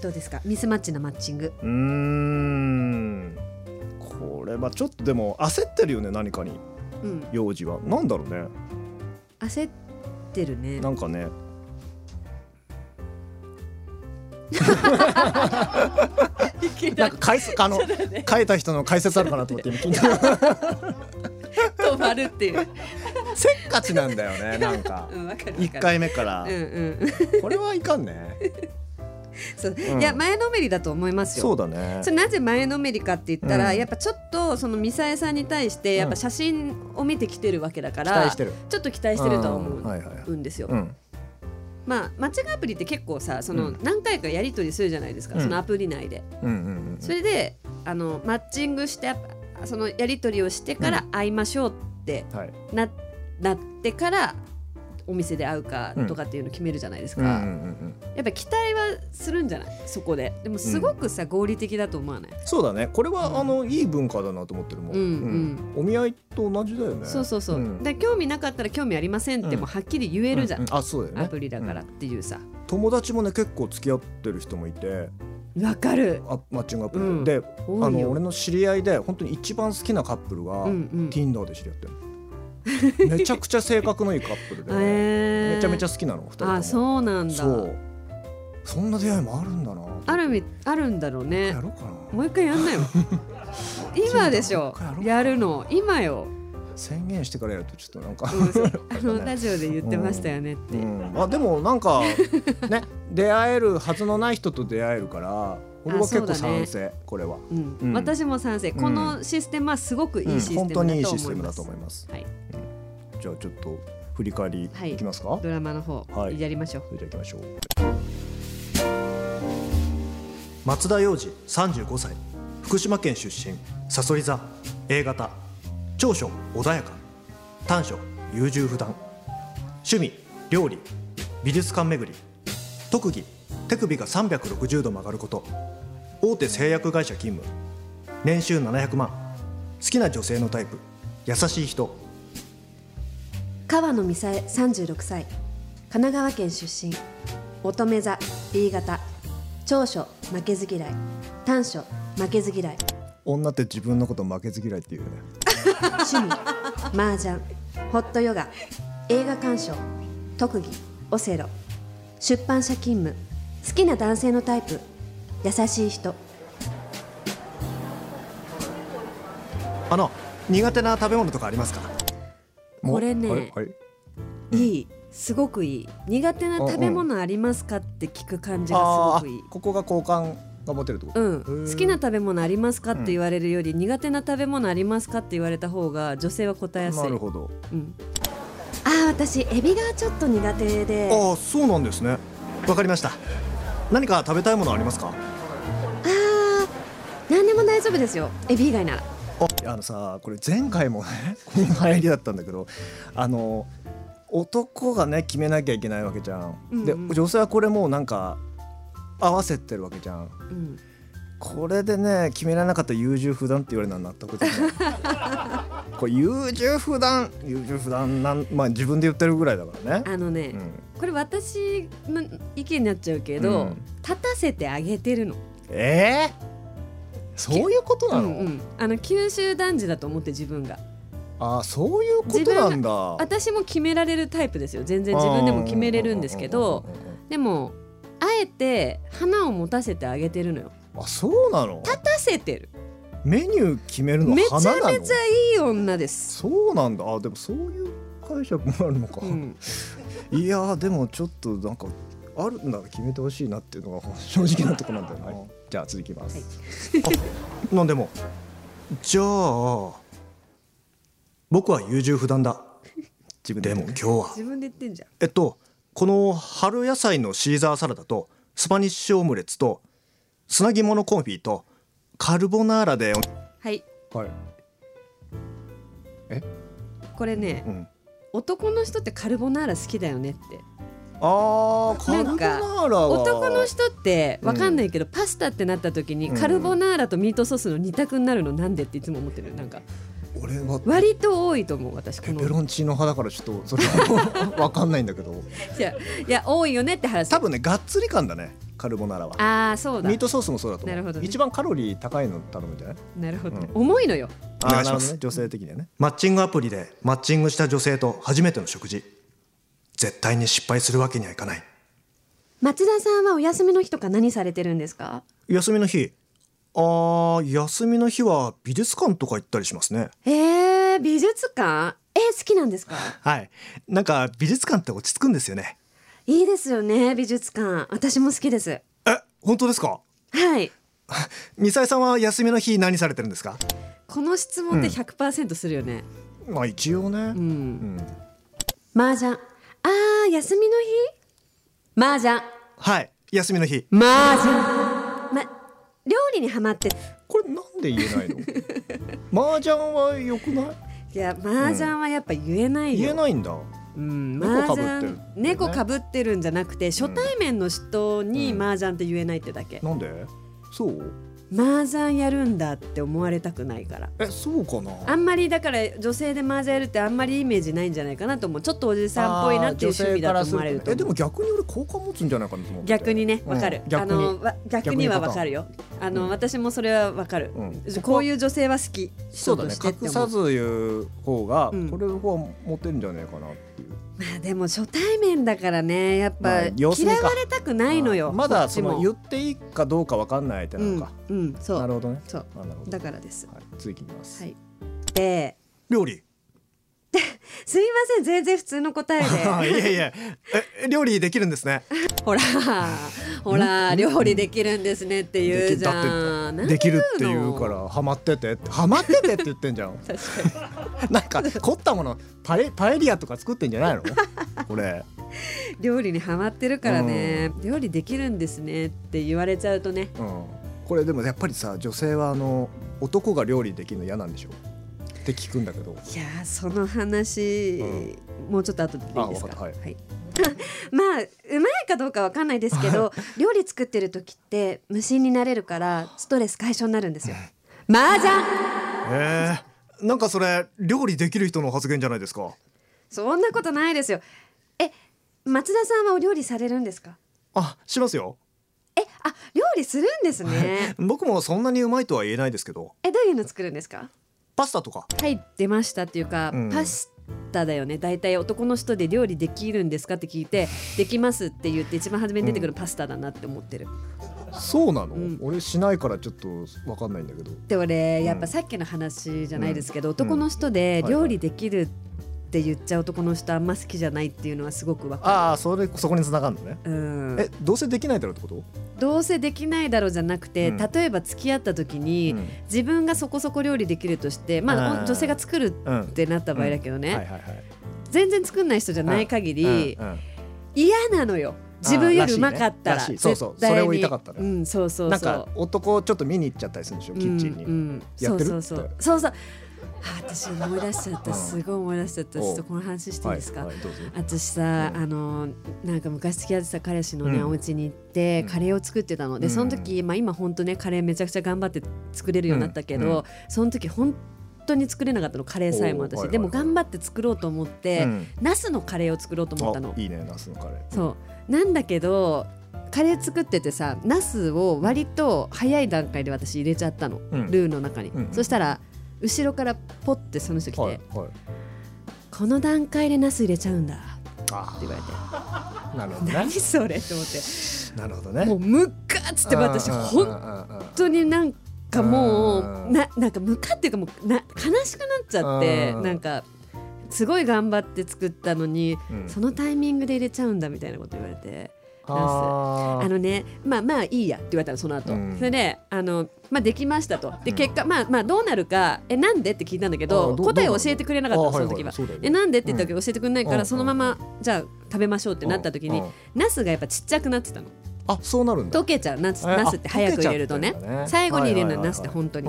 [SPEAKER 1] どうですかミスマッチのマッチング
[SPEAKER 2] うーんここれはちょっとでも焦ってるよね何かに
[SPEAKER 1] うん
[SPEAKER 2] 幼児はなんだろうね
[SPEAKER 1] 焦ってるね
[SPEAKER 2] なんかねなんか解説あの書いた人の解説あるかなと思って今聞いた
[SPEAKER 1] 止まるっていう、
[SPEAKER 2] せっかちなんだよねなんか
[SPEAKER 1] うん、わかるわかる
[SPEAKER 2] 1回目から
[SPEAKER 1] うんうん
[SPEAKER 2] これはいかんね
[SPEAKER 1] そう
[SPEAKER 2] うん
[SPEAKER 1] いや前のめりだと思いますよ
[SPEAKER 2] そうだね
[SPEAKER 1] それなぜ前のめりかって言ったら、
[SPEAKER 2] うん
[SPEAKER 1] やっぱちょっとそのミサエさんに対してやっぱ写真を見てきてるわけだか
[SPEAKER 2] 期
[SPEAKER 1] ら、
[SPEAKER 2] 待してる
[SPEAKER 1] ちょっと期待してるとは思う、
[SPEAKER 2] うんはいはいはい
[SPEAKER 1] んですよ、
[SPEAKER 2] うん
[SPEAKER 1] まあマッチングアプリって結構さそうの
[SPEAKER 2] ん
[SPEAKER 1] 何回かやり取りするじゃないですか、
[SPEAKER 2] うん
[SPEAKER 1] そのアプリ内で、
[SPEAKER 2] うんうん
[SPEAKER 1] それであのマッチングしてそのやり取りをしてから会いましょうって
[SPEAKER 2] うんはい
[SPEAKER 1] ななってからお店で会うかとかっていうの決めるじゃないです
[SPEAKER 2] うんう
[SPEAKER 1] か、
[SPEAKER 2] んうん
[SPEAKER 1] やっぱ期待はするんじゃないそこででもすごくさ、合理的だと思わない
[SPEAKER 2] そうだねこれ
[SPEAKER 1] う
[SPEAKER 2] は
[SPEAKER 1] ん
[SPEAKER 2] あのいい文化だなと思ってるもん、
[SPEAKER 1] うん
[SPEAKER 2] お見合いと同じだよね
[SPEAKER 1] そうそうそう、
[SPEAKER 2] ん
[SPEAKER 1] で興味なかったら興味ありませんって
[SPEAKER 2] うん
[SPEAKER 1] もうはっきり言えるじゃん、
[SPEAKER 2] ううあそうだよね
[SPEAKER 1] アプリだから
[SPEAKER 2] う
[SPEAKER 1] っ
[SPEAKER 2] ん
[SPEAKER 1] ていうさ
[SPEAKER 2] 友達もね結構付き合ってる人もいて
[SPEAKER 1] わかる
[SPEAKER 2] あマッチングアプリで,、
[SPEAKER 1] うん
[SPEAKER 2] であ
[SPEAKER 1] 多い
[SPEAKER 2] の
[SPEAKER 1] よ
[SPEAKER 2] 俺の知り合いで本当に一番好きなカップルが、
[SPEAKER 1] うんうん
[SPEAKER 2] Tinder で知り合ってる めちゃくちゃ性格のいいカップルで、
[SPEAKER 1] えー
[SPEAKER 2] めちゃめちゃ好きなの二人とも
[SPEAKER 1] あそうなんだ
[SPEAKER 2] そうそんな出会いもあるんだな
[SPEAKER 1] あるみあるんだろうね
[SPEAKER 2] やろうかな
[SPEAKER 1] もう一回やん なよ今でしょ
[SPEAKER 2] もう一回やろうか
[SPEAKER 1] やるの今よ、
[SPEAKER 2] 宣言してからやるとちょっとなんか、
[SPEAKER 1] うんそうあ
[SPEAKER 2] そうだ
[SPEAKER 1] の
[SPEAKER 2] ね
[SPEAKER 1] ラジオで言ってましたよねって、
[SPEAKER 2] うん、あでもなんかね 出会えるはずのない人と出会えるから俺は結構
[SPEAKER 1] あそうだね
[SPEAKER 2] 賛成、これは、
[SPEAKER 1] うん
[SPEAKER 2] うん
[SPEAKER 1] 私も賛成、
[SPEAKER 2] ん
[SPEAKER 1] このシステムはすごくい
[SPEAKER 2] うん
[SPEAKER 1] いシステムだと
[SPEAKER 2] 本当
[SPEAKER 1] 思
[SPEAKER 2] に
[SPEAKER 1] い
[SPEAKER 2] いい
[SPEAKER 1] ます,、
[SPEAKER 2] システムだと思います
[SPEAKER 1] はい、
[SPEAKER 2] じゃあちょっと振り返り
[SPEAKER 1] はい
[SPEAKER 2] いきますか、
[SPEAKER 1] ドラマの方、
[SPEAKER 2] はい
[SPEAKER 1] やりましょう
[SPEAKER 2] それじゃあ行きましょう松田洋二35歳福島県出身さそり座 A 型長所穏やか短所優柔不断趣味料理美術館巡り特技手首が360度曲がること大手製薬会社勤務年収700万好きな女性のタイプ優しい人
[SPEAKER 1] 川野美沙恵36歳神奈川県出身乙女座 B 型長所負けず嫌い短所負けず嫌い
[SPEAKER 2] 女って自分のこと負けず嫌いっていうね
[SPEAKER 1] 趣 味麻雀ホットヨガ映画鑑賞特技オセロ出版社勤務好きな男性のタイプ優しい人
[SPEAKER 2] あの苦手な食べ物とかありますかもう
[SPEAKER 1] これね
[SPEAKER 2] ああ
[SPEAKER 1] いいすごくいい苦手な食べ物ありますかって聞く感じがすごくいい
[SPEAKER 2] あーここが好感が持てるってこと、
[SPEAKER 1] うん、
[SPEAKER 2] へー
[SPEAKER 1] 好きな食べ物ありますかって言われるより、苦手な食べ物ありますかって言われた方が女性は答えやすい
[SPEAKER 2] なるほど、
[SPEAKER 1] うん、あー私エビがちょっと苦手であ
[SPEAKER 2] ああそうなんですねわかりました何か食べたいものありますか
[SPEAKER 1] あー何でも大丈夫ですよエビ以外なら
[SPEAKER 2] あのさこれ前回もね この入りだったんだけどあの男がね決めなきゃいけないわけじゃん、
[SPEAKER 1] うんうん
[SPEAKER 2] で女性はこれもうなんか合わせてるわけじゃん
[SPEAKER 1] うん
[SPEAKER 2] これでね決められなかった優柔不断って言われるのは納得だね これ優柔不断優柔不断なんまあ自分で言ってるぐらいだからね
[SPEAKER 1] あのね、
[SPEAKER 2] うん
[SPEAKER 1] これ私の意見になっちゃうけど、
[SPEAKER 2] うん
[SPEAKER 1] 立たせてあげてるの
[SPEAKER 2] えー、そういうことなの、
[SPEAKER 1] うんうん、あの九州男児だと思って自分が
[SPEAKER 2] あーそういうことなんだ
[SPEAKER 1] 私も決められるタイプですよ全然自分でも決めれるんですけど
[SPEAKER 2] うんうんうんうん
[SPEAKER 1] でもあえて花を持たせてあげてるのよ
[SPEAKER 2] うんあそうなの
[SPEAKER 1] 立たせてる
[SPEAKER 2] メニュー決めるの
[SPEAKER 1] めちゃ
[SPEAKER 2] 花なの
[SPEAKER 1] めちゃいい女です、
[SPEAKER 2] そうなんだあでもそういう解釈もあるのか、
[SPEAKER 1] うん、
[SPEAKER 2] いやーでもちょっとなんかあるんだ決めてほしいなっていうのが 正直なとこなんだよな、じゃあ続きます、あなんでもじゃあ僕は優柔不断だ自分でも今日は
[SPEAKER 1] 自分で言ってんじゃん
[SPEAKER 2] えっとこの春野菜のシーザーサラダとスパニッシュオムレツと砂肝のコンフィとカルボナーラで
[SPEAKER 1] はい
[SPEAKER 2] はい、
[SPEAKER 1] これね
[SPEAKER 2] うん、
[SPEAKER 1] 男の人ってカルボナーラ好きだよねって
[SPEAKER 2] あーカルボナーラは
[SPEAKER 1] 男の人ってわかんないけど、パスタってなった時に
[SPEAKER 2] うん
[SPEAKER 1] カルボナーラとミートソースの二択になるのなんでっていつも思ってるなんか
[SPEAKER 2] 俺は
[SPEAKER 1] 割と多いと思う私こ
[SPEAKER 2] ペ
[SPEAKER 1] の
[SPEAKER 2] ペロンチーノ派だからちょっ とそれはわかんないんだけど
[SPEAKER 1] いやいや多いよねって話
[SPEAKER 2] 多分ねがっつり感だねカルボナーラは
[SPEAKER 1] ああそうだ
[SPEAKER 2] ミートソースもそうだと思う
[SPEAKER 1] なるほどね
[SPEAKER 2] 一番カロリー高いの頼むんじゃない
[SPEAKER 1] なるほど、ね
[SPEAKER 2] う
[SPEAKER 1] 重いのよ
[SPEAKER 2] あ
[SPEAKER 3] お
[SPEAKER 2] ー
[SPEAKER 3] 願いします
[SPEAKER 2] なるほどね女性的にはね
[SPEAKER 3] マッチングアプリでマッチングした女性と初めての食事絶対に失敗するわけにはいかない
[SPEAKER 1] 町田さんはお休みの日とか何されてるんですか
[SPEAKER 3] 休みの日あー休みの日は美術館とか行ったりしますね
[SPEAKER 1] えー、美術館えー、好きなんですか
[SPEAKER 3] はいなんか美術館って落ち着くんですよね
[SPEAKER 1] いいですよね美術館私も好きです
[SPEAKER 3] え本当ですか
[SPEAKER 1] はい
[SPEAKER 3] ミサイさんは休みの日何されてるんですか
[SPEAKER 1] この質問って100%するよね
[SPEAKER 3] まあ一応ね、
[SPEAKER 1] う
[SPEAKER 3] う
[SPEAKER 1] ん、
[SPEAKER 3] ん
[SPEAKER 1] 麻雀あー休みの日麻雀
[SPEAKER 3] はい休みの日
[SPEAKER 1] 麻雀ま料理にはまって
[SPEAKER 2] これなんで言えない の麻雀は良くない
[SPEAKER 1] いや麻雀はやっぱ言えない
[SPEAKER 2] 言え
[SPEAKER 1] よ、
[SPEAKER 2] ないんだ
[SPEAKER 1] うん、
[SPEAKER 2] 猫
[SPEAKER 1] 麻
[SPEAKER 2] 被ってる
[SPEAKER 1] 雀猫かぶってるんじゃなくて初対面の人に麻雀って言えないってだけ、
[SPEAKER 2] なんでそう
[SPEAKER 1] 麻雀やるんだって思われたくないから
[SPEAKER 2] えそうかな
[SPEAKER 1] あんまりだから女性で麻雀やるってあんまりイメージないんじゃないかなと思うちょっとおじさんっぽいなっていう
[SPEAKER 2] あー
[SPEAKER 1] 趣味だと思われると
[SPEAKER 2] 女性からするとねえでも
[SPEAKER 1] 思う
[SPEAKER 2] 逆に俺好感持つんじゃないかなと思って
[SPEAKER 1] 逆にねわかる、
[SPEAKER 2] うん逆に
[SPEAKER 1] あのわ逆にはわかるよあの、私もそれはわかる、
[SPEAKER 2] うん
[SPEAKER 1] こういう女性は好き
[SPEAKER 2] そうだね
[SPEAKER 1] 人としてって思
[SPEAKER 2] 隠さ
[SPEAKER 1] う
[SPEAKER 2] ず言う方が、
[SPEAKER 1] うん
[SPEAKER 2] これの方はモテるんじゃないかなっていう
[SPEAKER 1] まあでも初対面だからねやっ
[SPEAKER 2] ま
[SPEAKER 1] ぱ
[SPEAKER 2] あ
[SPEAKER 1] 嫌
[SPEAKER 2] 様子見か
[SPEAKER 1] われたくないのよ
[SPEAKER 2] まだ
[SPEAKER 1] こっち
[SPEAKER 2] そ
[SPEAKER 1] も
[SPEAKER 2] の言っていいかどうかわかんないってなのか、
[SPEAKER 1] うん、うん、そ
[SPEAKER 2] な
[SPEAKER 1] う
[SPEAKER 2] るほどね
[SPEAKER 1] そう
[SPEAKER 2] あなるほど
[SPEAKER 1] だからです
[SPEAKER 2] はい、次いきます、
[SPEAKER 1] はいで
[SPEAKER 3] 料 理
[SPEAKER 1] すいません全然普通の答え
[SPEAKER 3] あ
[SPEAKER 1] で
[SPEAKER 3] いやいやえ料理できるんですね
[SPEAKER 1] ほらほら料理できるんですねって言うじ
[SPEAKER 2] でき
[SPEAKER 1] ゃんなん
[SPEAKER 2] できるって
[SPEAKER 1] 言
[SPEAKER 2] 言
[SPEAKER 1] う
[SPEAKER 2] う
[SPEAKER 1] の
[SPEAKER 2] からハマっててってハマっててって言ってんじゃん
[SPEAKER 1] 確か
[SPEAKER 2] なんか凝ったものパレパエリアとか作ってんじゃない のこれ
[SPEAKER 1] に料理にハマってるからね、料理できるんですねって言われちゃうとね
[SPEAKER 2] うん、これでもやっぱりさ女性はあの男が料理できるの嫌なんでしょって聞くんだけど
[SPEAKER 1] いやーその話、もうちょっと後でいい ですか
[SPEAKER 2] あわかったはい
[SPEAKER 1] まあうまいかどうかわかんないですけど 料理作ってる時って無心になれるからストレス解消になるんですよ麻雀
[SPEAKER 3] えー、なんかそれ料理できる人の発言じゃないですか
[SPEAKER 1] そんなことないですよえ松田さんはお料理されるんですか
[SPEAKER 3] あしますよ
[SPEAKER 1] えあ料理するんですね
[SPEAKER 3] 僕もそんなにうまいとは言えないですけど
[SPEAKER 1] えどういうの作るんですか
[SPEAKER 3] パスタとか
[SPEAKER 1] はい出ましたっていうか、
[SPEAKER 3] うん
[SPEAKER 1] パスタだよね大体男の人で料理できるんですかって聞いてできますって言って一番初めに出てくるパスタだなって思ってる、
[SPEAKER 2] そうなの、
[SPEAKER 1] うん
[SPEAKER 2] 俺しないからちょっと分かんないんだけど
[SPEAKER 1] で俺
[SPEAKER 2] ん
[SPEAKER 1] やっぱさっきの話じゃないですけど、男の人で
[SPEAKER 2] うん
[SPEAKER 1] 料理できるって言っちゃう男の人あんま好きじゃないっていうのはすごくわか
[SPEAKER 2] ああそれそこに繋がるのね
[SPEAKER 1] る。うん、
[SPEAKER 2] えどうせできないだろうってこと、
[SPEAKER 1] どうせできないだろうじゃなくて、
[SPEAKER 2] うん
[SPEAKER 1] 例えば付き合った時に、
[SPEAKER 2] うん
[SPEAKER 1] 自分がそこそこ料理できるとして、まあ、
[SPEAKER 2] あー
[SPEAKER 1] 女性が作る
[SPEAKER 2] うんは
[SPEAKER 1] っ
[SPEAKER 2] い
[SPEAKER 1] てなった場合だけどね、
[SPEAKER 2] はいはい
[SPEAKER 1] 全然作んない人じゃない限り、
[SPEAKER 2] うんうん
[SPEAKER 1] 嫌なのよ自分よりうまかったら
[SPEAKER 2] あーらしいねら
[SPEAKER 1] 絶
[SPEAKER 2] しい
[SPEAKER 1] 対に
[SPEAKER 2] そうそうそれを言いたかったの
[SPEAKER 1] う
[SPEAKER 2] よ
[SPEAKER 1] ん、そうそうそう
[SPEAKER 2] なんか男ちょっと見に行っちゃったりするんでしょキッチンに、
[SPEAKER 1] うんうん、
[SPEAKER 2] やってる
[SPEAKER 1] そうそうそう
[SPEAKER 2] って
[SPEAKER 1] そうそうあ私思い出しちゃった
[SPEAKER 2] うん
[SPEAKER 1] すごい思い出しちゃったち
[SPEAKER 2] おう
[SPEAKER 1] ょっとこの話していい
[SPEAKER 2] はい
[SPEAKER 1] ですか、
[SPEAKER 2] はいどうぞ
[SPEAKER 1] 私さ、
[SPEAKER 2] うん
[SPEAKER 1] あのなんか昔付き合ってた彼氏のね、
[SPEAKER 2] うん
[SPEAKER 1] お家に行って
[SPEAKER 2] うん
[SPEAKER 1] カレーを作ってたので、
[SPEAKER 2] うん
[SPEAKER 1] その時、まあ、今本当ねカレーめちゃくちゃ頑張って作れるようになったけど、
[SPEAKER 2] うんう
[SPEAKER 1] その時本当に作れなかったのカレーさえも私、
[SPEAKER 2] おーはいはいはい
[SPEAKER 1] でも頑張って作ろうと思って、
[SPEAKER 2] うん
[SPEAKER 1] ナスのカレーを作ろうと思ったの
[SPEAKER 2] あいいねナスのカレー
[SPEAKER 1] そうなんだけどカレー作っててさナスを割と早い段階で私入れちゃったの、
[SPEAKER 2] うん
[SPEAKER 1] ルーの中に、
[SPEAKER 2] うんうん
[SPEAKER 1] そしたら後ろからポッてその人来て、
[SPEAKER 2] はいはい
[SPEAKER 1] この段階でナス入れちゃうんだって
[SPEAKER 2] あ
[SPEAKER 1] 言われて
[SPEAKER 2] ーなるほ どね
[SPEAKER 1] 何それって思って
[SPEAKER 2] なるほどね
[SPEAKER 1] もうムカっつって私本
[SPEAKER 2] 本
[SPEAKER 1] 当になんかも
[SPEAKER 2] うんうん
[SPEAKER 1] う
[SPEAKER 2] うん
[SPEAKER 1] ななんかムカっていうかもうな悲しくなっちゃって
[SPEAKER 2] うんうん
[SPEAKER 1] なんかすごい頑張って作ったのに
[SPEAKER 2] うん
[SPEAKER 1] そのタイミングで入れちゃうんだみたいなこと言われて。あのねまあまあいいやって言われたのその後、
[SPEAKER 2] うん
[SPEAKER 1] それであの、まあ、できましたとで
[SPEAKER 2] うん
[SPEAKER 1] 結果、まあまあどうなるかえなんでって聞いたんだけど
[SPEAKER 2] あど
[SPEAKER 1] 答え
[SPEAKER 2] ど
[SPEAKER 1] を
[SPEAKER 2] うなる
[SPEAKER 1] 教えてくれなかったのその時は。えなんでって言ったけど教えてくれないから、
[SPEAKER 2] うん
[SPEAKER 1] そのままじゃあ食べましょうって
[SPEAKER 2] て
[SPEAKER 1] なった時に、茄子がやっぱちっちゃくなってたの
[SPEAKER 2] あそうなるんだ
[SPEAKER 1] 溶けちゃうナス
[SPEAKER 2] えあ
[SPEAKER 1] ナスって早く入れるとね
[SPEAKER 2] 溶けちゃってんだね
[SPEAKER 1] 最後に入れるの
[SPEAKER 2] はい
[SPEAKER 1] は
[SPEAKER 2] はいはい
[SPEAKER 1] ナスって本当に、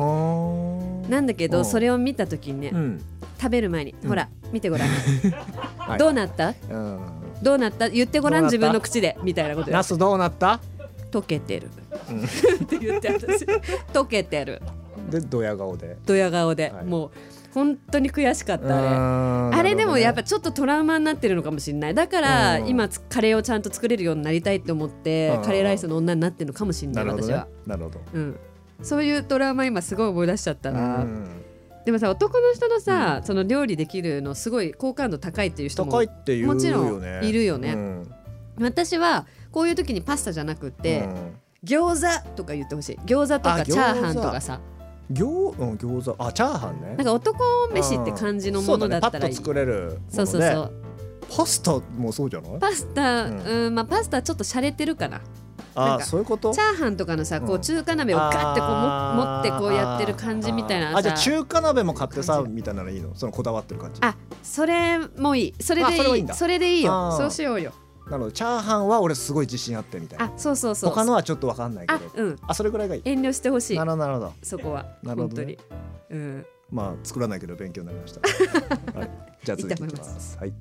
[SPEAKER 2] な
[SPEAKER 1] なんだけどそれを見た時にね、
[SPEAKER 2] うん
[SPEAKER 1] 食べる前に、
[SPEAKER 2] ん
[SPEAKER 1] ほら見てごらん、
[SPEAKER 2] はい
[SPEAKER 1] どうなった
[SPEAKER 2] うん
[SPEAKER 1] どうなった言ってごらん
[SPEAKER 2] どうなっ
[SPEAKER 1] 自
[SPEAKER 2] た
[SPEAKER 1] 分の口でみたいなこと言われて
[SPEAKER 2] ナスどうなった
[SPEAKER 1] 溶けてる、 って言って私溶けてる
[SPEAKER 2] でドヤ顔で
[SPEAKER 1] ドヤ顔で、
[SPEAKER 2] はい
[SPEAKER 1] もう本当に悔しかったあれ。
[SPEAKER 4] あ
[SPEAKER 1] あれでもやっぱちょっとトラウマになってるのかもしれないだから
[SPEAKER 4] うん
[SPEAKER 1] 今つカレーをちゃんと作れるようになりたいって思って
[SPEAKER 4] うん
[SPEAKER 1] カレーライスの女になってるのかもしれな
[SPEAKER 4] ないる
[SPEAKER 1] 私
[SPEAKER 4] ほどね
[SPEAKER 1] は、
[SPEAKER 4] なるほど
[SPEAKER 1] うん、そういうトラウマ今すごい思い出しちゃった
[SPEAKER 4] う
[SPEAKER 1] な、
[SPEAKER 4] ん
[SPEAKER 1] でもさ男の人のさ、その料理できるのすごい好感度高いっていう人も
[SPEAKER 4] 高いっていうよね
[SPEAKER 1] もちろんいるよね
[SPEAKER 4] うん
[SPEAKER 1] 私はこういう時にパスタじゃなくって、
[SPEAKER 4] うん
[SPEAKER 1] 餃子とか言ってほしい餃子と
[SPEAKER 4] あ
[SPEAKER 1] か
[SPEAKER 4] 餃子
[SPEAKER 1] チャーハンとかさ
[SPEAKER 4] 餃うん餃子あチャーハンね
[SPEAKER 1] なんか男飯って感じのものだったらいい、
[SPEAKER 4] うんそうだねパッと作れるものね
[SPEAKER 1] そうそうそう
[SPEAKER 4] パスタもそうじゃない
[SPEAKER 1] パスタ、う
[SPEAKER 4] うん
[SPEAKER 1] ん、まあパスタちょっと洒落てるかな。なん
[SPEAKER 4] あ
[SPEAKER 1] か
[SPEAKER 4] そういうこと
[SPEAKER 1] チャーハンとかのさ、こ
[SPEAKER 4] う
[SPEAKER 1] うん中華鍋をガってこうも持
[SPEAKER 4] あ
[SPEAKER 1] っ
[SPEAKER 4] ー
[SPEAKER 1] てこうやってる感じみたいな
[SPEAKER 4] あーあじゃあ
[SPEAKER 1] さ。
[SPEAKER 4] 中華鍋も買ってさ
[SPEAKER 1] 感じ
[SPEAKER 4] みたいなのいいのそのこだわってる感じ
[SPEAKER 1] あそれもいい。それでいい。そ
[SPEAKER 4] あ
[SPEAKER 1] れ
[SPEAKER 4] それはいいんだ
[SPEAKER 1] でいいよ
[SPEAKER 4] あ。ー
[SPEAKER 1] そうしようよ。
[SPEAKER 4] なのでチャーハンは俺すごい自信あってみたいな
[SPEAKER 1] あ、そうそうそう。
[SPEAKER 4] 他のはちょっとわかんないけ
[SPEAKER 1] あ
[SPEAKER 4] ど、
[SPEAKER 1] うん。
[SPEAKER 4] あそれぐらいがいい
[SPEAKER 1] 遠慮してほしい
[SPEAKER 4] な。るほどなるほど
[SPEAKER 1] そこは、
[SPEAKER 4] なるほ
[SPEAKER 1] 本
[SPEAKER 4] ど
[SPEAKER 1] 当
[SPEAKER 4] ね
[SPEAKER 1] に。うん。
[SPEAKER 4] まあ作らないけど勉強になりまし たはいじゃあ続きいき
[SPEAKER 1] いい
[SPEAKER 4] ま
[SPEAKER 1] と思います
[SPEAKER 4] はい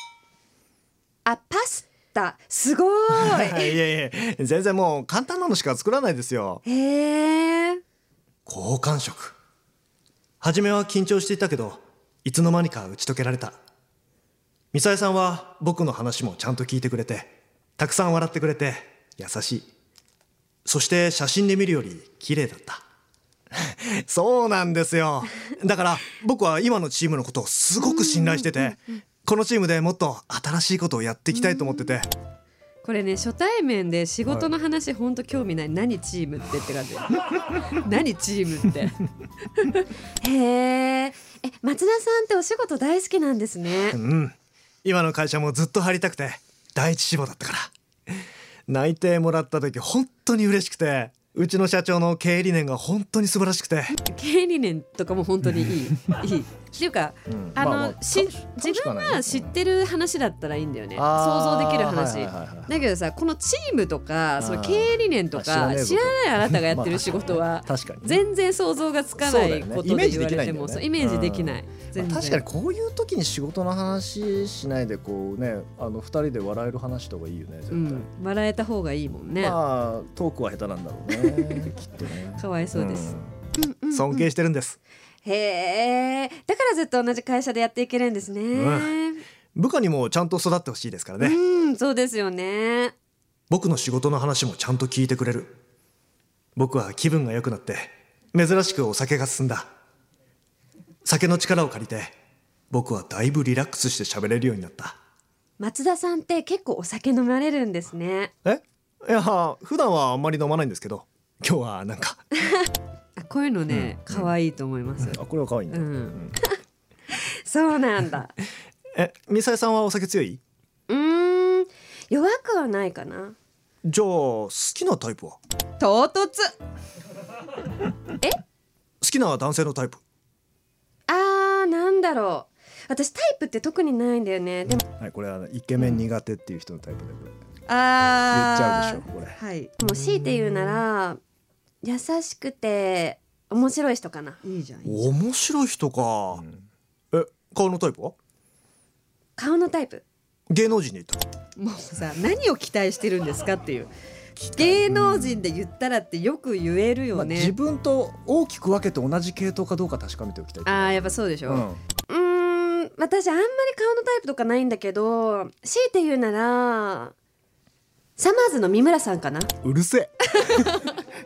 [SPEAKER 1] あ、パスタすご
[SPEAKER 4] い
[SPEAKER 1] ーい。
[SPEAKER 4] やいや全然もう簡単なのしか作らないですよ
[SPEAKER 1] へえ。
[SPEAKER 2] 好感触初めは緊張していたけどいつの間にか打ち解けられたミサエさんは僕の話もちゃんと聞いてくれてたくさん笑ってくれて優しいそして写真で見るより綺麗だった
[SPEAKER 4] そうなんですよ
[SPEAKER 2] だから僕は今のチームのことをすごく信頼しててこのチームでもっと新しいことをやっていきたいと思ってて
[SPEAKER 1] これね初対面で仕事の話ほんと興味ない何チームってって 感じ何チームってへええ松田さんってお仕事大好きなんですね
[SPEAKER 2] うん今の会社もずっと入りたくて第一志望だったから
[SPEAKER 4] 内定もらった時本当に嬉しくて
[SPEAKER 2] うちの社長の経営理念が本当に素晴らしくて
[SPEAKER 1] 経営理念とかも本 当にいいいいっていうか、
[SPEAKER 4] ん
[SPEAKER 1] あの、
[SPEAKER 4] まあまあ
[SPEAKER 1] し
[SPEAKER 4] 楽し
[SPEAKER 1] 自分
[SPEAKER 4] 楽しくはない
[SPEAKER 1] が
[SPEAKER 4] ね
[SPEAKER 1] 知ってる話だったらいいんだよね想
[SPEAKER 4] あー
[SPEAKER 1] 像できる話、
[SPEAKER 4] はいはいはいはい
[SPEAKER 1] だけどさこのチームとか
[SPEAKER 4] ー
[SPEAKER 1] その経営理念とか知
[SPEAKER 4] ま
[SPEAKER 1] ら
[SPEAKER 4] あ
[SPEAKER 1] ない
[SPEAKER 4] 知らねえぞ
[SPEAKER 1] あなたがやってる仕 事は
[SPEAKER 4] 確かにね
[SPEAKER 1] 全然想像がつか
[SPEAKER 4] そう
[SPEAKER 1] な
[SPEAKER 4] だ
[SPEAKER 1] い
[SPEAKER 4] よね
[SPEAKER 1] ことで言われてもそうイ
[SPEAKER 4] イ
[SPEAKER 1] メ
[SPEAKER 4] メ
[SPEAKER 1] ー
[SPEAKER 4] ー
[SPEAKER 1] ジ
[SPEAKER 4] ジ
[SPEAKER 1] で
[SPEAKER 4] で
[SPEAKER 1] き
[SPEAKER 4] き
[SPEAKER 1] な
[SPEAKER 4] ないい、
[SPEAKER 1] 全然
[SPEAKER 4] 確かにこういう時に仕事の話しないでこうねあの二人で笑える話した方がいいよね絶対、
[SPEAKER 1] うん、笑えた方がいいもんね、
[SPEAKER 4] まあトークは下手なんだろう ねきっとね
[SPEAKER 1] かわいそうです、
[SPEAKER 4] うん尊敬してるんです
[SPEAKER 1] へえだからずっと同じ会社でやっていけるんですね
[SPEAKER 2] 部下にもちゃんと育ってほしいですからね、
[SPEAKER 1] うんそうですよね
[SPEAKER 2] 僕の仕事の話もちゃんと聞いてくれる僕は気分が良くなって珍しくお酒が進んだ酒の力を借りて僕はだいぶリラックスして喋れるようになった
[SPEAKER 1] 松田さんって結構お酒飲まれるんですね
[SPEAKER 2] えいや普段はあんまり飲まないんですけど今日はなんか
[SPEAKER 1] あこういうのね可愛、いいと思います、
[SPEAKER 4] あこれは可愛いね、
[SPEAKER 1] うん そうなんだ
[SPEAKER 2] えミサエさんはお酒強いう
[SPEAKER 1] ーん弱くはないかな
[SPEAKER 2] じゃあ好きなタイプは好
[SPEAKER 1] 唐突
[SPEAKER 2] きな男性のタイプ
[SPEAKER 1] あーなんだろう私タイプって特にないんだよねでも
[SPEAKER 4] はいこれはイケメン苦手っていう人のタイプで、
[SPEAKER 1] あ
[SPEAKER 4] 言っちゃうでしょこれ
[SPEAKER 1] はいもう強いて言うなら優しくて面白い人かないいじゃん
[SPEAKER 2] 面白い人か、え顔のタイプは
[SPEAKER 1] 顔のタイプ
[SPEAKER 2] 芸能人にいた
[SPEAKER 1] もうさ何を期待してるんですかっていう芸能人で言ったらってよく言える
[SPEAKER 4] ま
[SPEAKER 1] よ
[SPEAKER 4] あ、
[SPEAKER 1] ね、
[SPEAKER 4] 自分と大きく分けて同じ系統かどうか確かめておきたい
[SPEAKER 1] あーやっぱそうでしょ、う
[SPEAKER 4] うん
[SPEAKER 1] うーん私あんまり顔のタイプとかないんだけど強いて言うならサマーズの三村さんかな
[SPEAKER 4] うる せえ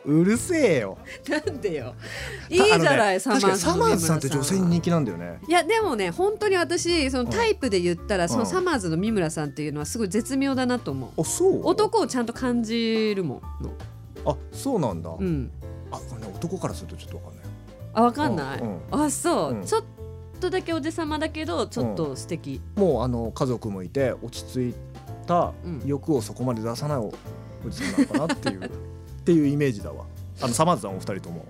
[SPEAKER 4] うるせえよ
[SPEAKER 1] なんでよいいじゃない、
[SPEAKER 4] あ
[SPEAKER 1] サ
[SPEAKER 4] の
[SPEAKER 1] マ
[SPEAKER 4] ね
[SPEAKER 1] ーズの三村
[SPEAKER 4] 確かにサマーズさんって女性に人気なんだよね
[SPEAKER 1] いやでもね本当に私そのタイプで言ったら、その
[SPEAKER 4] うん
[SPEAKER 1] サマーズの三村さんっていうのはすごい絶妙だなと思う
[SPEAKER 4] あそう
[SPEAKER 1] 男をちゃんと感じるもんの
[SPEAKER 4] あそうなんだ、
[SPEAKER 1] うん
[SPEAKER 4] あこれね男からするとちょっとわかんない
[SPEAKER 1] あわかんない、
[SPEAKER 4] うん
[SPEAKER 1] あそう、
[SPEAKER 4] うん
[SPEAKER 1] ちょっとだけおじさまだけどちょっと素敵、
[SPEAKER 4] もうあの家族もいて落ち着いた
[SPEAKER 1] うん
[SPEAKER 4] 欲をそこまで出さないおおじさんなのかなって いうっていうイメージだわあのサマーズさんお二人とも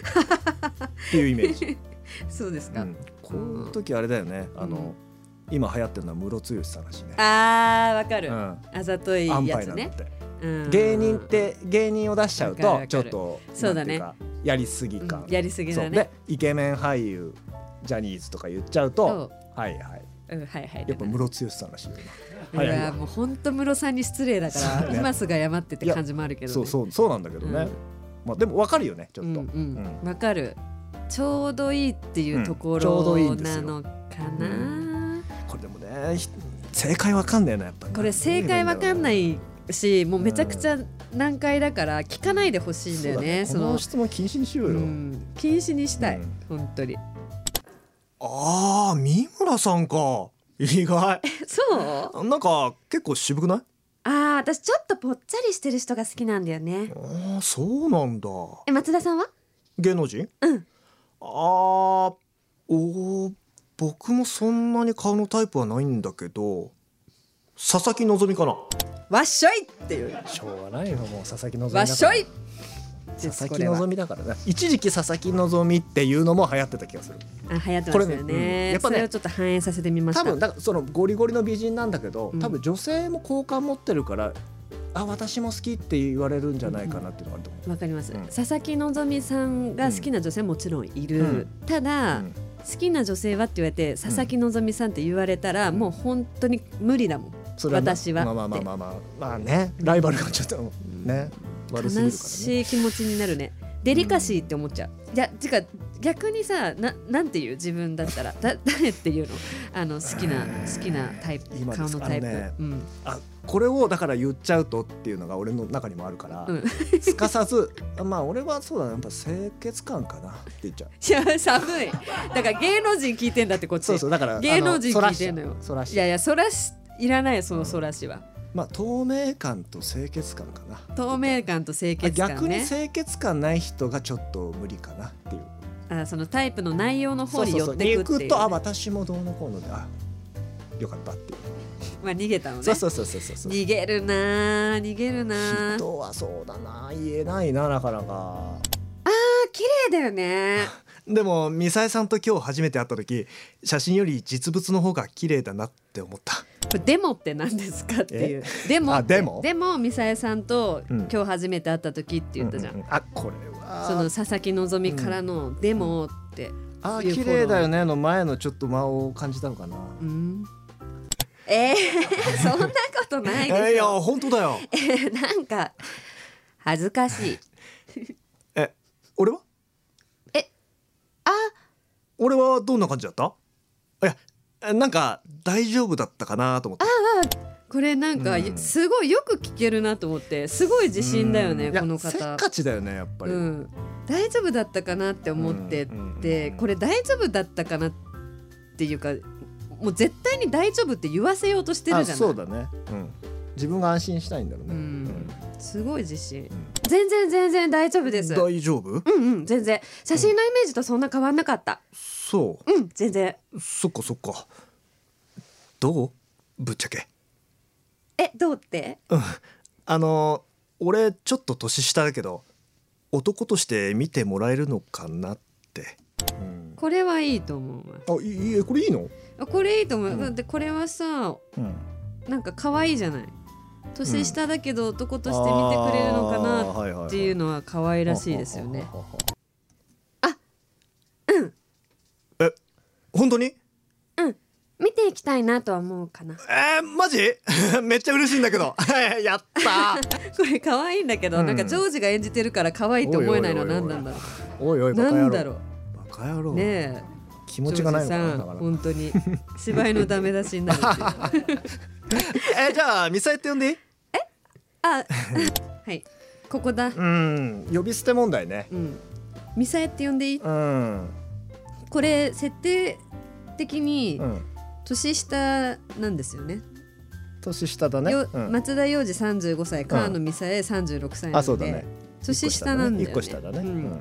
[SPEAKER 4] っていうイメ ージ、
[SPEAKER 1] そうです
[SPEAKER 4] う
[SPEAKER 1] か、
[SPEAKER 4] ん、こういう時あれだよねあの、今流行ってるのはムロツヨシさんらしいね
[SPEAKER 1] あーわかる、
[SPEAKER 4] うん
[SPEAKER 1] あざとい
[SPEAKER 4] 安
[SPEAKER 1] や
[SPEAKER 4] 牌
[SPEAKER 1] つ
[SPEAKER 4] なんだっ
[SPEAKER 1] ね、
[SPEAKER 4] て、
[SPEAKER 1] うん
[SPEAKER 4] 芸人って芸人を出しちゃう
[SPEAKER 1] わか
[SPEAKER 4] と
[SPEAKER 1] る
[SPEAKER 4] ちょっと
[SPEAKER 1] そうだね
[SPEAKER 4] なんていうかやりすぎ
[SPEAKER 1] うん
[SPEAKER 4] 感、
[SPEAKER 1] やりすぎ
[SPEAKER 4] そ
[SPEAKER 1] だ
[SPEAKER 4] う
[SPEAKER 1] ね
[SPEAKER 4] でイケメン俳優ジャニーズとか言っちゃうとはいはい
[SPEAKER 1] そう、うん、はいはい
[SPEAKER 4] やっぱムロツヨシさんらしいよ
[SPEAKER 1] い
[SPEAKER 4] 今
[SPEAKER 1] やもう本当室さんに失礼だから、
[SPEAKER 4] そうね
[SPEAKER 1] 今すぐ謝ってって感じもあるけど、ね、
[SPEAKER 4] そうそうそうなんだけどね、
[SPEAKER 1] うん
[SPEAKER 4] まあでもわかるよねちょっと、
[SPEAKER 1] うんうんわかるちょうどいいっていうとこ
[SPEAKER 2] うんちょうどいい
[SPEAKER 1] ろ
[SPEAKER 2] んです
[SPEAKER 1] な
[SPEAKER 2] よ
[SPEAKER 1] のかな、
[SPEAKER 2] これでもねひ正解わかんねえなやっぱ
[SPEAKER 1] これ正解わかんないいしもうめちゃくちゃ難解だから聞かないでほしいんだよねそ
[SPEAKER 2] この
[SPEAKER 1] の
[SPEAKER 2] 質問禁止にしようよ、
[SPEAKER 1] うん禁止にしたい、
[SPEAKER 2] うん
[SPEAKER 1] 本当に
[SPEAKER 2] ああ三村さんか意外
[SPEAKER 1] そう
[SPEAKER 2] なんか結構渋くない
[SPEAKER 1] ああ私ちょっとぽっちゃりしてる人が好きなんだよね
[SPEAKER 2] ああそうなんだ
[SPEAKER 1] え松田さんは
[SPEAKER 2] 芸能人
[SPEAKER 1] うん
[SPEAKER 2] あーおー僕もそんなに顔のタイプはないんだけど佐々木希かな
[SPEAKER 1] わっしょいっていう
[SPEAKER 2] しょうがないよもう佐々木希
[SPEAKER 1] わっしょいです
[SPEAKER 2] 佐
[SPEAKER 1] これは
[SPEAKER 2] 々木希だからね一時期佐々木希っていうのも流行ってた気がする
[SPEAKER 1] あ流行ってましたよ
[SPEAKER 2] こ
[SPEAKER 1] ね
[SPEAKER 2] れねうんやっぱ
[SPEAKER 1] そ
[SPEAKER 2] ね
[SPEAKER 1] れをちょっと反映させてみました
[SPEAKER 2] 多分だからそのゴリゴリの美人なんだけど、
[SPEAKER 1] うん
[SPEAKER 2] 多分女性も好感持ってるからあ私も好きって言われるんじゃないかなっていうのがあると思う、
[SPEAKER 1] わかります、
[SPEAKER 2] うん
[SPEAKER 1] 佐々木希さんが好きな女性もちろんいる、
[SPEAKER 2] うん
[SPEAKER 1] ただ、
[SPEAKER 2] うん
[SPEAKER 1] 好きな女性はって言われて佐々木希さんって言われたら、もう本当に無理だもん
[SPEAKER 2] それはまあ
[SPEAKER 1] 私は
[SPEAKER 2] まあまあまあまあまあまあねライバルがちょっとね、悪
[SPEAKER 1] 悲
[SPEAKER 2] すぎるからね
[SPEAKER 1] しい気持ちになるねデリカシーって思っちゃう、いやてか逆にさななんて言う自分だったらだ 誰っていうのあの好きな好きなタイプ
[SPEAKER 2] 今で
[SPEAKER 1] 顔
[SPEAKER 2] す
[SPEAKER 1] の
[SPEAKER 2] か
[SPEAKER 1] タイプ、
[SPEAKER 2] あのね
[SPEAKER 1] うん、
[SPEAKER 2] あこれをだから言っちゃうとっていうのが俺の中にもあるから、
[SPEAKER 1] うん
[SPEAKER 2] すかさずまあ俺はそうだなやっぱ清潔感かなって言っちゃう
[SPEAKER 1] いや寒いだから芸能人聞いてんだってこっち
[SPEAKER 2] そうそうだから
[SPEAKER 1] 芸能人
[SPEAKER 2] あ
[SPEAKER 1] 聞いてんのよ
[SPEAKER 2] そらし
[SPEAKER 1] い
[SPEAKER 2] ちゃうそらしちゃ
[SPEAKER 1] や
[SPEAKER 2] う
[SPEAKER 1] いやそらしいらないよそのそらしは、
[SPEAKER 2] まあ透明感と清潔感かな
[SPEAKER 1] 透明感と清潔感ね
[SPEAKER 2] 逆に清潔感ない人がちょっと無理かなっていう
[SPEAKER 1] あそのタイプの内容の方に寄ってくってい
[SPEAKER 2] に
[SPEAKER 1] う,、
[SPEAKER 2] 行くとあ私もどうのこうのであよかったっていう、
[SPEAKER 1] まあ逃げたのね
[SPEAKER 2] そうそうそうそうそうそう
[SPEAKER 1] 逃げるなあ逃げるなあ
[SPEAKER 2] 人はそうだな言えないななかなか
[SPEAKER 1] 綺麗だよね
[SPEAKER 2] でもミサエさんと今日初めて会った時写真より実物の方が綺麗だなって思った
[SPEAKER 1] これデモって何ですかっていうでも
[SPEAKER 2] あ
[SPEAKER 1] で
[SPEAKER 2] デ
[SPEAKER 1] も
[SPEAKER 2] モ
[SPEAKER 1] でもミサエさんと
[SPEAKER 2] うん
[SPEAKER 1] 今日初めて会った時って言ったじゃん、
[SPEAKER 2] ううあこれ
[SPEAKER 1] その
[SPEAKER 2] は
[SPEAKER 1] 佐々木希からのデモって
[SPEAKER 2] あ
[SPEAKER 1] いう
[SPEAKER 2] 綺麗だよねの前のちょっと間を感じたのかな
[SPEAKER 1] うんえー、 そんなことない
[SPEAKER 2] えーい
[SPEAKER 1] でし
[SPEAKER 2] や
[SPEAKER 1] ょ、
[SPEAKER 2] 本当だよ
[SPEAKER 1] えーなんか恥ずかしい
[SPEAKER 2] え俺は
[SPEAKER 1] えあ
[SPEAKER 2] 俺はどんな感じだったいやえなんか大丈夫だったかなと思って
[SPEAKER 1] これなんか
[SPEAKER 2] うん
[SPEAKER 1] すごいよく聞けるなと思ってすごい自信だよね
[SPEAKER 2] うんいや
[SPEAKER 1] この
[SPEAKER 2] せっ
[SPEAKER 1] 方
[SPEAKER 2] かちだよねやっぱり、
[SPEAKER 1] うん、大丈夫だったかなって思って
[SPEAKER 2] うんうんうん
[SPEAKER 1] てこれ大丈夫だったかなっていうかもう絶対に大丈夫って言わせようとしてる
[SPEAKER 2] あ
[SPEAKER 1] じゃない
[SPEAKER 2] そうだね、うん、自分が安心したいんだろうね、
[SPEAKER 1] う
[SPEAKER 2] うん
[SPEAKER 1] ん、すごい自信
[SPEAKER 2] ん
[SPEAKER 1] 全然全然大丈夫ですう
[SPEAKER 2] 大丈夫
[SPEAKER 1] んうん全然写真のイメージとそんな変わんなかった
[SPEAKER 2] そ
[SPEAKER 1] うん全然
[SPEAKER 2] うそっかそっかどうぶっちゃけ
[SPEAKER 1] えどうって
[SPEAKER 2] うんあの俺ちょっと年下だけど男として見てもらえるのかなって、うん、
[SPEAKER 1] これはいいと思うわ
[SPEAKER 2] あいいえこれいいの、
[SPEAKER 1] あこれいいと思う、
[SPEAKER 2] うん
[SPEAKER 1] だってこれはさ
[SPEAKER 2] うん、
[SPEAKER 1] なんか可愛いじゃない年下だけど男として見てくれるのかな
[SPEAKER 2] な
[SPEAKER 1] っていうのは可愛らしいですよねあ
[SPEAKER 2] うんえ本当に
[SPEAKER 1] 見ていきたいなとは思うかな
[SPEAKER 2] えー、マジ めっちゃ嬉しいんだけど やったー
[SPEAKER 1] これ可愛いんだけど、
[SPEAKER 2] うん
[SPEAKER 1] なんかジョージが演じてるから可愛いって思えないのは何なんだろ
[SPEAKER 2] おいお
[SPEAKER 1] う
[SPEAKER 2] いバカ
[SPEAKER 1] な
[SPEAKER 2] 野
[SPEAKER 1] んだろ
[SPEAKER 2] 郎
[SPEAKER 1] う
[SPEAKER 2] バカ野郎、
[SPEAKER 1] ねえ
[SPEAKER 2] 気持ちがないの
[SPEAKER 1] ジ
[SPEAKER 2] か
[SPEAKER 1] ョー
[SPEAKER 2] な
[SPEAKER 1] ジ
[SPEAKER 2] だ
[SPEAKER 1] さ
[SPEAKER 2] か
[SPEAKER 1] ん本当に芝居のダメ出しになる っていう
[SPEAKER 2] らえー、じゃあミサエって呼んでいい
[SPEAKER 1] あ はいここだ
[SPEAKER 2] うん呼び捨て問題ね
[SPEAKER 1] うんミサエって呼んでいい
[SPEAKER 2] うん
[SPEAKER 1] これ設定的に
[SPEAKER 2] うん
[SPEAKER 1] 年下なんですよね、
[SPEAKER 2] 年下だね、
[SPEAKER 1] よ
[SPEAKER 2] うん
[SPEAKER 1] 松田洋次35歳川野美沙恵36歳なので、
[SPEAKER 2] あそうだね
[SPEAKER 1] 年下なんだよね
[SPEAKER 2] 一個下だね、
[SPEAKER 1] う
[SPEAKER 2] うんん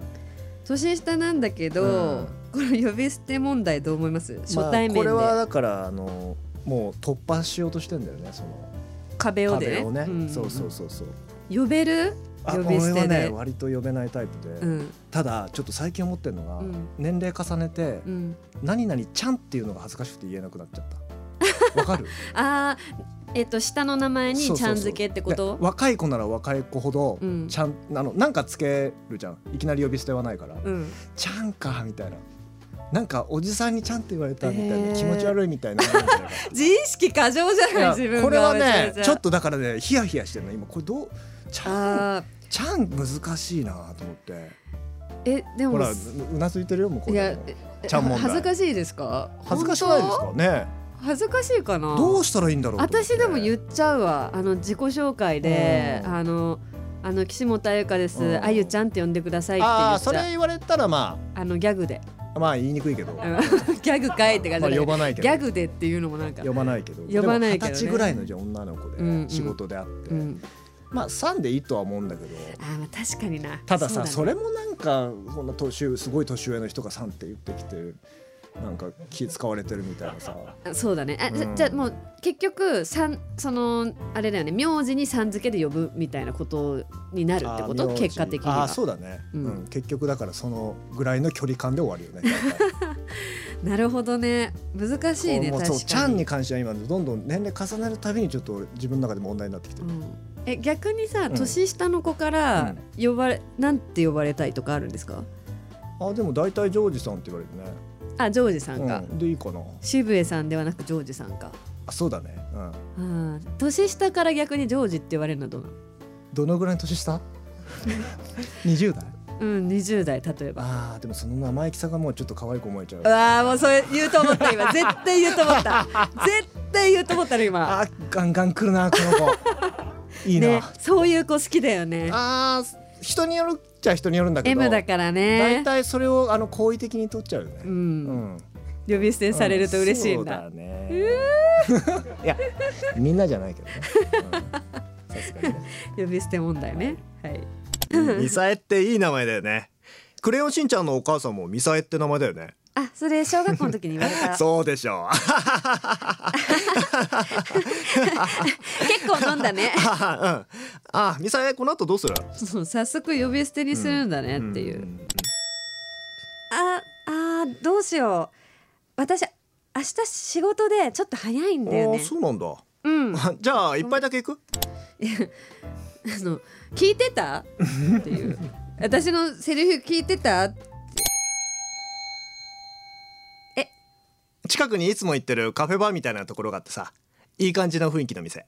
[SPEAKER 1] 年下なんだけど、
[SPEAKER 2] うん
[SPEAKER 1] この呼び捨て問題どう思います初対面で、
[SPEAKER 2] まあ、これはだからあのもう突破しようとしてんだよねその
[SPEAKER 1] 壁をで
[SPEAKER 2] 壁をね、
[SPEAKER 1] ん
[SPEAKER 2] そうそうそうそう
[SPEAKER 1] 呼べる
[SPEAKER 2] あ
[SPEAKER 1] 呼び捨
[SPEAKER 2] 俺は
[SPEAKER 1] て
[SPEAKER 2] ね
[SPEAKER 1] で、
[SPEAKER 2] 割と呼べないタイプで、
[SPEAKER 1] うん
[SPEAKER 2] ただちょっと最近思ってるのが、
[SPEAKER 1] うん
[SPEAKER 2] 年齢重ねて、
[SPEAKER 1] うん、
[SPEAKER 2] 何々ちゃんっていうのが恥ずかしくて言えなくなっち ゃったわかる
[SPEAKER 1] あーえっと下の名前に
[SPEAKER 2] そう
[SPEAKER 1] ち
[SPEAKER 2] そう
[SPEAKER 1] ゃ
[SPEAKER 2] そ
[SPEAKER 1] ん
[SPEAKER 2] う
[SPEAKER 1] 付けってこと
[SPEAKER 2] で若い子なら若い子ほど、
[SPEAKER 1] うん
[SPEAKER 2] ちゃんあのなんかつけるじゃんいきなり呼び捨てはないから、
[SPEAKER 1] うん、
[SPEAKER 2] ちゃんかみたいななんかおじさんにちゃんって言われたみたいな、
[SPEAKER 1] へー
[SPEAKER 2] 気持ち悪いみたいな
[SPEAKER 1] 自意識過剰じゃない 自
[SPEAKER 2] い
[SPEAKER 1] 分
[SPEAKER 2] や
[SPEAKER 1] が
[SPEAKER 2] これはね
[SPEAKER 1] めゃめゃ
[SPEAKER 2] ちょっとだからねヒヤヒヤしてるの今これどうちゃん
[SPEAKER 1] あ
[SPEAKER 2] ちゃん難しいなと思って
[SPEAKER 1] ーえで
[SPEAKER 4] ほ
[SPEAKER 1] も
[SPEAKER 4] らう
[SPEAKER 1] す
[SPEAKER 4] うなずいてるよ向こう
[SPEAKER 1] いや
[SPEAKER 4] で
[SPEAKER 1] え
[SPEAKER 4] もちゃん問題
[SPEAKER 1] 恥ずかしいですか
[SPEAKER 4] 恥ずかしくないですかね
[SPEAKER 1] 本当恥ずかしいかな
[SPEAKER 2] どうしたらいいんだろうと思って
[SPEAKER 1] 私でも言っちゃうわあの自己紹介で、
[SPEAKER 4] うん
[SPEAKER 1] あのあの岸本彩香です、
[SPEAKER 4] うん
[SPEAKER 1] あゆちゃんって呼んでくださいって言っち
[SPEAKER 4] あ
[SPEAKER 1] ゃ
[SPEAKER 4] あ
[SPEAKER 1] う
[SPEAKER 4] それ言われたらま
[SPEAKER 1] あのギャグで、
[SPEAKER 4] あまあ言いにくいけど、
[SPEAKER 1] うん ギャグかいって感
[SPEAKER 4] ま
[SPEAKER 1] じ
[SPEAKER 4] あ、
[SPEAKER 1] で、
[SPEAKER 4] 呼ばないけ
[SPEAKER 1] ギ
[SPEAKER 4] ど
[SPEAKER 1] ャグでっていうのもなんか
[SPEAKER 4] 呼ばないけど
[SPEAKER 1] 呼ばないけどね
[SPEAKER 4] でも二十歳ぐらいのじゃあ女の子
[SPEAKER 1] うんうん
[SPEAKER 4] で仕事であって、
[SPEAKER 1] うん、
[SPEAKER 4] まあ3でいいとは思うんだけど
[SPEAKER 1] あーまあ確かにな
[SPEAKER 4] たださそ,、
[SPEAKER 1] うね
[SPEAKER 4] れもなんかそんな年上すごい年上の人が3って言ってきてなんか気使われてるみたいなさ
[SPEAKER 1] あそうだねあ、じゃ
[SPEAKER 4] うん
[SPEAKER 1] じゃあもう結局さんそのあれだよね名字にさん付けで呼ぶみたいなことになるってこ
[SPEAKER 4] あ
[SPEAKER 1] と
[SPEAKER 4] 名字
[SPEAKER 1] 結果的に
[SPEAKER 4] あ
[SPEAKER 1] は
[SPEAKER 4] そうだね、
[SPEAKER 1] う
[SPEAKER 4] うんん結局だからそのぐらいの距離感で終わるよね
[SPEAKER 1] なるほどね難しいね
[SPEAKER 4] もう
[SPEAKER 1] 確か
[SPEAKER 4] そう
[SPEAKER 1] に
[SPEAKER 4] ちゃんに関しては今どんどん年齢重ねるたびにちょっと俺自分の中で問題になってきて
[SPEAKER 1] う
[SPEAKER 4] る、
[SPEAKER 1] んえ逆にさ
[SPEAKER 4] ん
[SPEAKER 1] 年下の子から呼ばれ、なんて呼ばれたいとかあるんですか
[SPEAKER 4] あでも大体ジョージさんって言われるね
[SPEAKER 1] あジョージさんか、
[SPEAKER 4] うん、でいいかな
[SPEAKER 1] 渋江さんではなくジョージさんか
[SPEAKER 4] あそうだね、う
[SPEAKER 1] う
[SPEAKER 4] ん、
[SPEAKER 1] ん年下から逆にジョージって言われるのはどうなの
[SPEAKER 4] どのぐらいの年 下20代
[SPEAKER 1] うん20代例えば
[SPEAKER 4] あーでもその生意気さがもうちょっと可愛く思えちゃう
[SPEAKER 1] うわあもうそれ言うと思った今絶対言うと思 った絶対言うと思ったの今
[SPEAKER 4] あーガンガン来るなこの 子いいな、
[SPEAKER 1] ねそういう子好きだよね
[SPEAKER 4] あー人によるっちゃ人によるんだけど
[SPEAKER 1] M だからね
[SPEAKER 4] 大体それをあの好意的に取っちゃうよね、
[SPEAKER 1] う
[SPEAKER 4] うん
[SPEAKER 1] ん、呼び捨てされると嬉しいんだ,、
[SPEAKER 4] うんそうだねいやみんなじゃないけどね、うんさすがにね
[SPEAKER 1] 呼び捨て問題ねはい
[SPEAKER 2] ミサエっていい名前だよねクレヨンしんちゃんのお母さんもミサエって名前だよね
[SPEAKER 1] あそれ小学校の時に言われ た
[SPEAKER 2] そうでしょ う
[SPEAKER 1] 結構飲んだね
[SPEAKER 2] あ、うん、あミサエこの後どうする
[SPEAKER 1] そう早速呼び捨てにするんだねっていう、
[SPEAKER 2] ん
[SPEAKER 1] ああーどうしよう私明日仕事でちょっと早いんだよ
[SPEAKER 2] ああ
[SPEAKER 1] ね
[SPEAKER 2] そうなんだ
[SPEAKER 1] うん あ
[SPEAKER 2] あじゃあ一杯だけ行く
[SPEAKER 1] の聞いてたっていう私のセリフ聞いてたって
[SPEAKER 2] 近くにいつも行ってるカフェバーみたいなところがあってさいい感じの雰囲気の店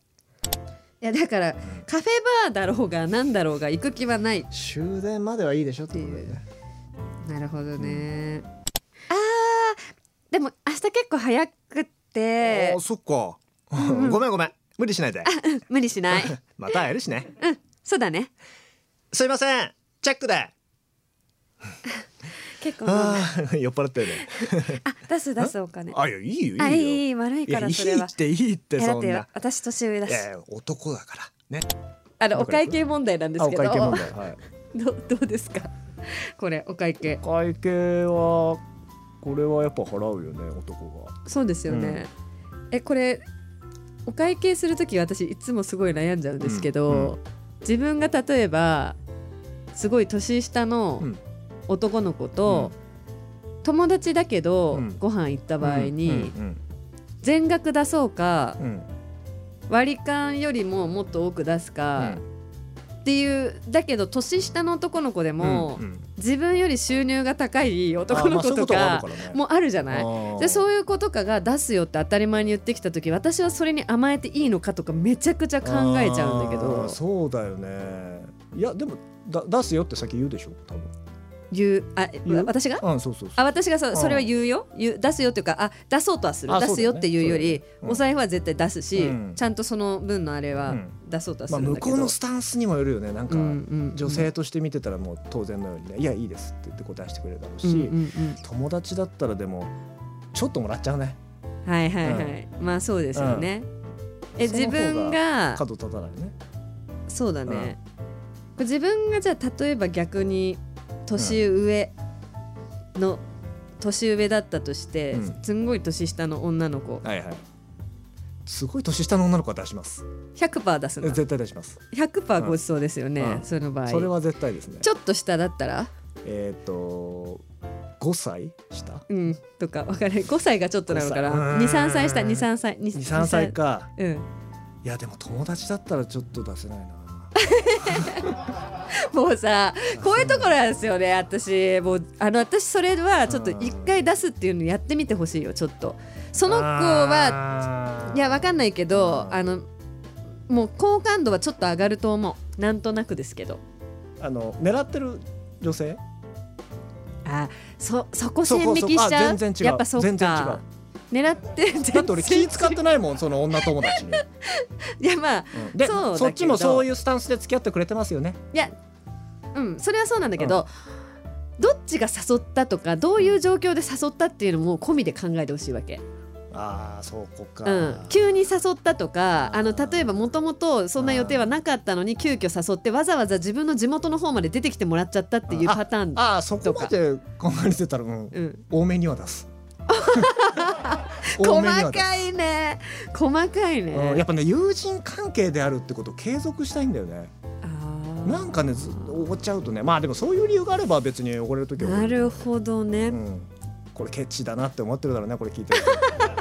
[SPEAKER 1] いやだからカフェバーだろうが何だろうが行く気はない
[SPEAKER 4] 終電まではいいでしょってことだよね
[SPEAKER 1] なるほどね、あーでも明日結構早くっ
[SPEAKER 2] あ
[SPEAKER 1] て
[SPEAKER 2] ーそっかごめんごめん無理 しないで
[SPEAKER 1] 無理しない
[SPEAKER 2] また会えるしね
[SPEAKER 1] そうだね
[SPEAKER 2] すいませんチェックで
[SPEAKER 1] 結構あ
[SPEAKER 2] ああ 酔っ払ったよね
[SPEAKER 1] 出す出すお金
[SPEAKER 2] あいやいいよいいよ
[SPEAKER 1] あいいいい悪い
[SPEAKER 2] い
[SPEAKER 1] か
[SPEAKER 2] やい
[SPEAKER 1] ら
[SPEAKER 2] い
[SPEAKER 1] それは
[SPEAKER 2] っていいって
[SPEAKER 1] いやだ
[SPEAKER 2] そ
[SPEAKER 1] っ
[SPEAKER 2] ん
[SPEAKER 1] て
[SPEAKER 2] な
[SPEAKER 1] 私年上だ
[SPEAKER 2] い
[SPEAKER 1] し
[SPEAKER 2] やいや男だからね
[SPEAKER 1] あのお
[SPEAKER 4] だから
[SPEAKER 1] 会計問題なんです
[SPEAKER 4] あお
[SPEAKER 1] けど
[SPEAKER 4] 会計問題、はい、
[SPEAKER 1] どうどうですかこれお会計
[SPEAKER 4] 会計はこれはやっぱ払うよね男が
[SPEAKER 1] そうですよね、えこれお会計する時私いつもすごい悩んじゃうんですけど、
[SPEAKER 4] うん
[SPEAKER 1] 自分が例えばすごい年下の
[SPEAKER 4] うん
[SPEAKER 1] 男の子と、友達だけど、
[SPEAKER 4] うん
[SPEAKER 1] ご飯行った場合に、
[SPEAKER 4] うん
[SPEAKER 1] 全額出そうか
[SPEAKER 4] うんうん
[SPEAKER 1] 割り勘よりももっと多く出すか、っていうだけど年下の男の子でも、
[SPEAKER 4] うんうん
[SPEAKER 1] 自分より収入が高い
[SPEAKER 4] あ
[SPEAKER 1] 男
[SPEAKER 4] ま
[SPEAKER 1] の
[SPEAKER 4] あ
[SPEAKER 1] 子
[SPEAKER 4] そうい
[SPEAKER 1] と
[SPEAKER 4] うことはあ
[SPEAKER 1] か
[SPEAKER 4] るからね
[SPEAKER 1] もあるじゃない
[SPEAKER 4] あー
[SPEAKER 1] でそういう子とかが出すよって当たり前に言ってきた時私はそれに甘えていいのかとかめちゃくちゃ考えちゃうんだけ
[SPEAKER 4] あー
[SPEAKER 1] ど
[SPEAKER 4] そうだよねいやでもだ出すよって先言うでしょ多分
[SPEAKER 1] 言うあえ
[SPEAKER 4] 言う
[SPEAKER 1] 私が
[SPEAKER 4] あそうそうそ
[SPEAKER 1] あ
[SPEAKER 4] う
[SPEAKER 1] 私がそううんそれは言うよ言う出すよっていうかあ出そうとはする
[SPEAKER 4] あ
[SPEAKER 1] 出すよっていうより
[SPEAKER 4] そうだよねそうだよねうん
[SPEAKER 1] お財布は絶対出すし、
[SPEAKER 4] うん
[SPEAKER 1] ちゃんとその分のあれ
[SPEAKER 4] う
[SPEAKER 1] は
[SPEAKER 4] ん
[SPEAKER 1] 出そうとはす
[SPEAKER 4] まあ
[SPEAKER 1] るん
[SPEAKER 4] 向
[SPEAKER 1] だけ
[SPEAKER 4] こ
[SPEAKER 1] ど、
[SPEAKER 4] うのスタンスにもよるよねなんか、
[SPEAKER 1] うんうんうん
[SPEAKER 4] 女性として見てたらもう当然のようにね「いやいいです」って言って答えしてくれるだろうし、
[SPEAKER 1] うんうん
[SPEAKER 4] 友達だったらでもちょっともらっちゃうね
[SPEAKER 1] うん、はいはいはい、まあそうですよね、え
[SPEAKER 4] その
[SPEAKER 1] 自
[SPEAKER 4] 方が
[SPEAKER 1] 分が
[SPEAKER 4] 角立たないね
[SPEAKER 1] そうだね、これ自分がじゃあ例えば逆に年上の、年上だったとして、
[SPEAKER 4] うん
[SPEAKER 1] すんごい年下の女の子
[SPEAKER 4] はいはいすごい年下の女の子は出します
[SPEAKER 1] 100%出すの
[SPEAKER 4] 絶対出します
[SPEAKER 1] 100%ごちそうですよね、
[SPEAKER 4] うん
[SPEAKER 1] その場合
[SPEAKER 4] それは絶対ですね
[SPEAKER 1] ちょっと下だったら
[SPEAKER 4] えっ、と5歳下
[SPEAKER 1] うんとか分からない5歳がちょっとなのか
[SPEAKER 4] 5歳
[SPEAKER 1] な
[SPEAKER 4] うーん
[SPEAKER 1] 23歳下23歳二
[SPEAKER 4] 23歳か
[SPEAKER 1] うん
[SPEAKER 4] いやでも友達だったらちょっと出せないな
[SPEAKER 1] もうさこういうところなんですよね私もうあの私それはちょっと一回出すっていうのやってみてほしいよちょっとその子は
[SPEAKER 4] はい
[SPEAKER 1] やわかんないけど、
[SPEAKER 4] うん
[SPEAKER 1] あのもう好感度はちょっと上がると思うなんとなくですけど
[SPEAKER 4] あの狙ってる女性
[SPEAKER 1] あそそこ
[SPEAKER 4] そ
[SPEAKER 1] 線
[SPEAKER 4] こ
[SPEAKER 1] 引きしちゃう
[SPEAKER 4] そこあ全然違う
[SPEAKER 1] やっぱそっ
[SPEAKER 4] 全然違う
[SPEAKER 1] か狙って全然
[SPEAKER 4] だって俺気使ってないもんその女友 達に、
[SPEAKER 1] いやまあ
[SPEAKER 4] うんで
[SPEAKER 1] そうだけど
[SPEAKER 4] そっちもそういうスタンスで付き合ってくれてますよね
[SPEAKER 1] いやうんそれはそうなんだけど、どっちが誘ったとかどういう状況で誘ったっていうのも込みで考えてほしいわけ、
[SPEAKER 4] ああそうこか、
[SPEAKER 1] うん、急に誘ったとかあの例えばもともとそんな予定はなかったのに急遽誘ってわざわざ自分の地元の方まで出てきてもらっちゃったっていうパターン
[SPEAKER 4] ああそこまで考えてたら、うん、
[SPEAKER 1] うん、
[SPEAKER 4] 多めには出 す多
[SPEAKER 1] 細
[SPEAKER 4] めには出す
[SPEAKER 1] かいね細かいね、
[SPEAKER 4] うん、やっぱね友人関係であるってことを継続したいんだよね
[SPEAKER 1] あー
[SPEAKER 4] なんかねずっと怒っちゃうとねまあでもそういう理由があれば別に汚れる時は
[SPEAKER 1] な
[SPEAKER 4] 怒る、
[SPEAKER 1] るほどね、
[SPEAKER 4] うん、これケチだなって思ってるだろうねこれ聞いてる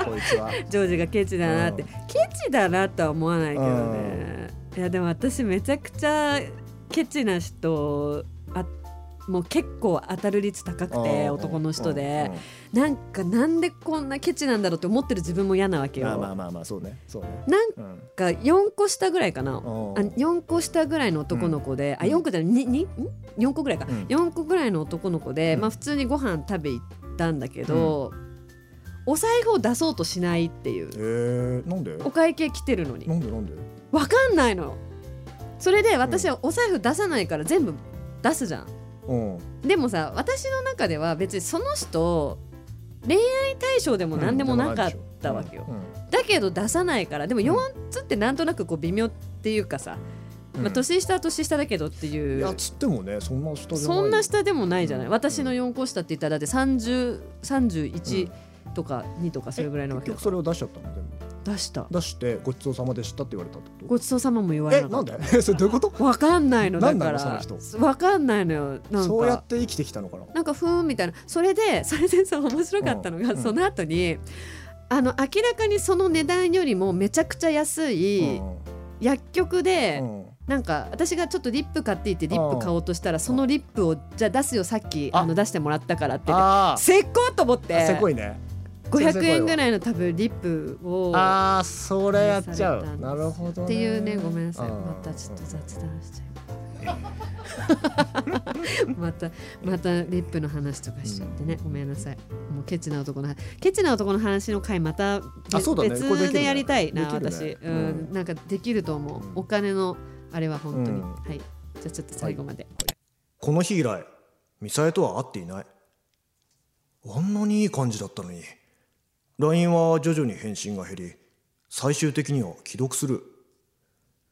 [SPEAKER 4] こいつは
[SPEAKER 1] ジョージがケチだなって、
[SPEAKER 4] うん
[SPEAKER 1] ケチだなとは思わないけどね、いやでも私めちゃくちゃケチな人あもう結構当たる率高くて
[SPEAKER 4] うん
[SPEAKER 1] 男の人で
[SPEAKER 4] うんう
[SPEAKER 1] な
[SPEAKER 4] ん
[SPEAKER 1] んかなんでこんなケチなんだろうって思ってる自分も嫌なわけよ、
[SPEAKER 4] まあまあまあまあそうねそうね
[SPEAKER 1] なん
[SPEAKER 4] うん
[SPEAKER 1] か4個下ぐらいかなあ
[SPEAKER 4] おー
[SPEAKER 1] 4個下ぐらいの男の子で、あ
[SPEAKER 4] うん
[SPEAKER 1] 4個じゃないににん4個ぐらいか、
[SPEAKER 4] うん
[SPEAKER 1] 4個ぐらいの男の子で、
[SPEAKER 4] うん
[SPEAKER 1] まあ普通にご飯食べ行ったんだけど、お財布を出そうとしないっていう
[SPEAKER 4] えー、なんで
[SPEAKER 1] お会計来てるのに
[SPEAKER 4] なんでなんで
[SPEAKER 1] わかんないのよそれで私はお財布出さないから全部出すじゃん
[SPEAKER 4] うん
[SPEAKER 1] でもさ私の中では別にその人恋愛対象でも何でもなかったわけよ、だけど出さないからでも4つってなんとなくこう微妙っていうかさ、
[SPEAKER 4] うん
[SPEAKER 1] まあ、年下は年下だけどって
[SPEAKER 4] うんい
[SPEAKER 1] いう
[SPEAKER 4] やつってもねそんな下じゃない
[SPEAKER 1] そんな下でもないじゃない、
[SPEAKER 4] うん
[SPEAKER 1] 私の4個下って言ったらだって3031
[SPEAKER 4] うん
[SPEAKER 1] とか2とかそれぐらいのわ
[SPEAKER 4] 結
[SPEAKER 1] けよ
[SPEAKER 4] 局それを出しちゃったの全部
[SPEAKER 1] 出した
[SPEAKER 4] 出してごちそうさまでしたって言われたってこと
[SPEAKER 1] ごちそうさまも言われ
[SPEAKER 4] え
[SPEAKER 1] な
[SPEAKER 4] な
[SPEAKER 1] かっ
[SPEAKER 4] ん
[SPEAKER 1] た
[SPEAKER 4] で それどういうこと
[SPEAKER 1] わかんないのだ
[SPEAKER 4] 何
[SPEAKER 1] か
[SPEAKER 4] なの
[SPEAKER 1] ら
[SPEAKER 4] その
[SPEAKER 1] わかんないのよなんか
[SPEAKER 4] そうやって生きてきたのかな
[SPEAKER 1] なんかふーんみたいなそれでそれでさ面白かったのが、
[SPEAKER 4] うん
[SPEAKER 1] その後にあの明らかにその値段よりもめちゃくちゃ安い薬局で、
[SPEAKER 4] うんうん
[SPEAKER 1] なんか私がちょっとリップ買っていってリッ
[SPEAKER 4] う
[SPEAKER 1] プ
[SPEAKER 4] ん
[SPEAKER 1] 買おうとしたらそのリップをじゃあ出すよさっき
[SPEAKER 4] あ
[SPEAKER 1] あの出してもらったからって言って
[SPEAKER 4] あー
[SPEAKER 1] せっこと思って
[SPEAKER 4] あせこいね
[SPEAKER 1] 500円ぐらいの多分リップをっ
[SPEAKER 4] ああそれやっち
[SPEAKER 1] されたん
[SPEAKER 4] ゃう
[SPEAKER 1] です
[SPEAKER 4] なるほど
[SPEAKER 1] ていうねごめんなさい
[SPEAKER 4] うん
[SPEAKER 1] またちょっと雑談しちゃい またまたリップの話とかしちゃってねごめんなさいもうケチな男の話ケチな男の話の回また
[SPEAKER 4] あそうだねこれでき
[SPEAKER 1] 別
[SPEAKER 4] るね
[SPEAKER 1] でやりたいな
[SPEAKER 4] できるね
[SPEAKER 1] 私う
[SPEAKER 4] うん
[SPEAKER 1] なんかできると思うお金のあれは本当に
[SPEAKER 4] うん
[SPEAKER 1] はいじゃあちょっと最後まで
[SPEAKER 2] この日以来ミサエとは会っていないあんなにいい感じだったのに LINE は徐々に返信が減り最終的には既読する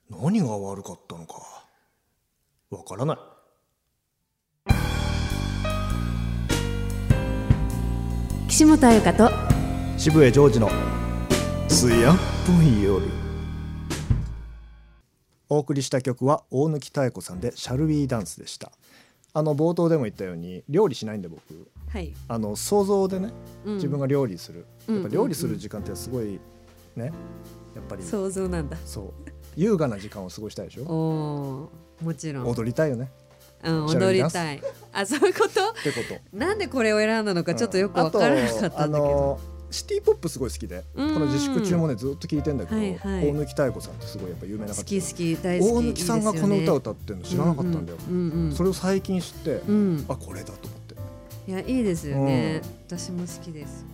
[SPEAKER 2] 何が悪かったのかわからない
[SPEAKER 1] 岸本彩香と
[SPEAKER 2] 渋谷ジョージの艶っぽい夜
[SPEAKER 4] お送りした曲は大貫妙子さんで「シャルウィーダンス」でしたあの冒頭でも言ったように料理しないんで僕
[SPEAKER 1] はい
[SPEAKER 4] あの想像でね
[SPEAKER 1] うん
[SPEAKER 4] 自分が料理する、
[SPEAKER 1] うん
[SPEAKER 4] やっぱ料理する時間ってすごいねやっぱりそう
[SPEAKER 1] 想像なんだ
[SPEAKER 4] 優雅な時間を過ごしたいでしょ
[SPEAKER 1] おーもちろん
[SPEAKER 4] 踊りたいよね
[SPEAKER 1] うん、
[SPEAKER 4] シャル
[SPEAKER 1] 踊り
[SPEAKER 4] ビーダンス
[SPEAKER 1] たいあそういうこと
[SPEAKER 4] ってこと
[SPEAKER 1] なんでこれを選んだのかちょっとよく分からなかったんだけど、
[SPEAKER 4] あとあのシティポップすごい好きでこ
[SPEAKER 1] うん
[SPEAKER 4] の自粛中もねずっと聞いてんだけど、
[SPEAKER 1] はいはい
[SPEAKER 4] 大貫妙子さんってすごいやっぱ有名な方
[SPEAKER 1] 好
[SPEAKER 4] で
[SPEAKER 1] き好き大好き
[SPEAKER 4] 大貫さんがこの歌を
[SPEAKER 1] を
[SPEAKER 4] 歌ってるの知らなかったんだよ、
[SPEAKER 1] うんうんうんうん
[SPEAKER 4] それを最近知って、
[SPEAKER 1] うん
[SPEAKER 4] あこれだと思って、
[SPEAKER 1] いやいいですよね、私も好きです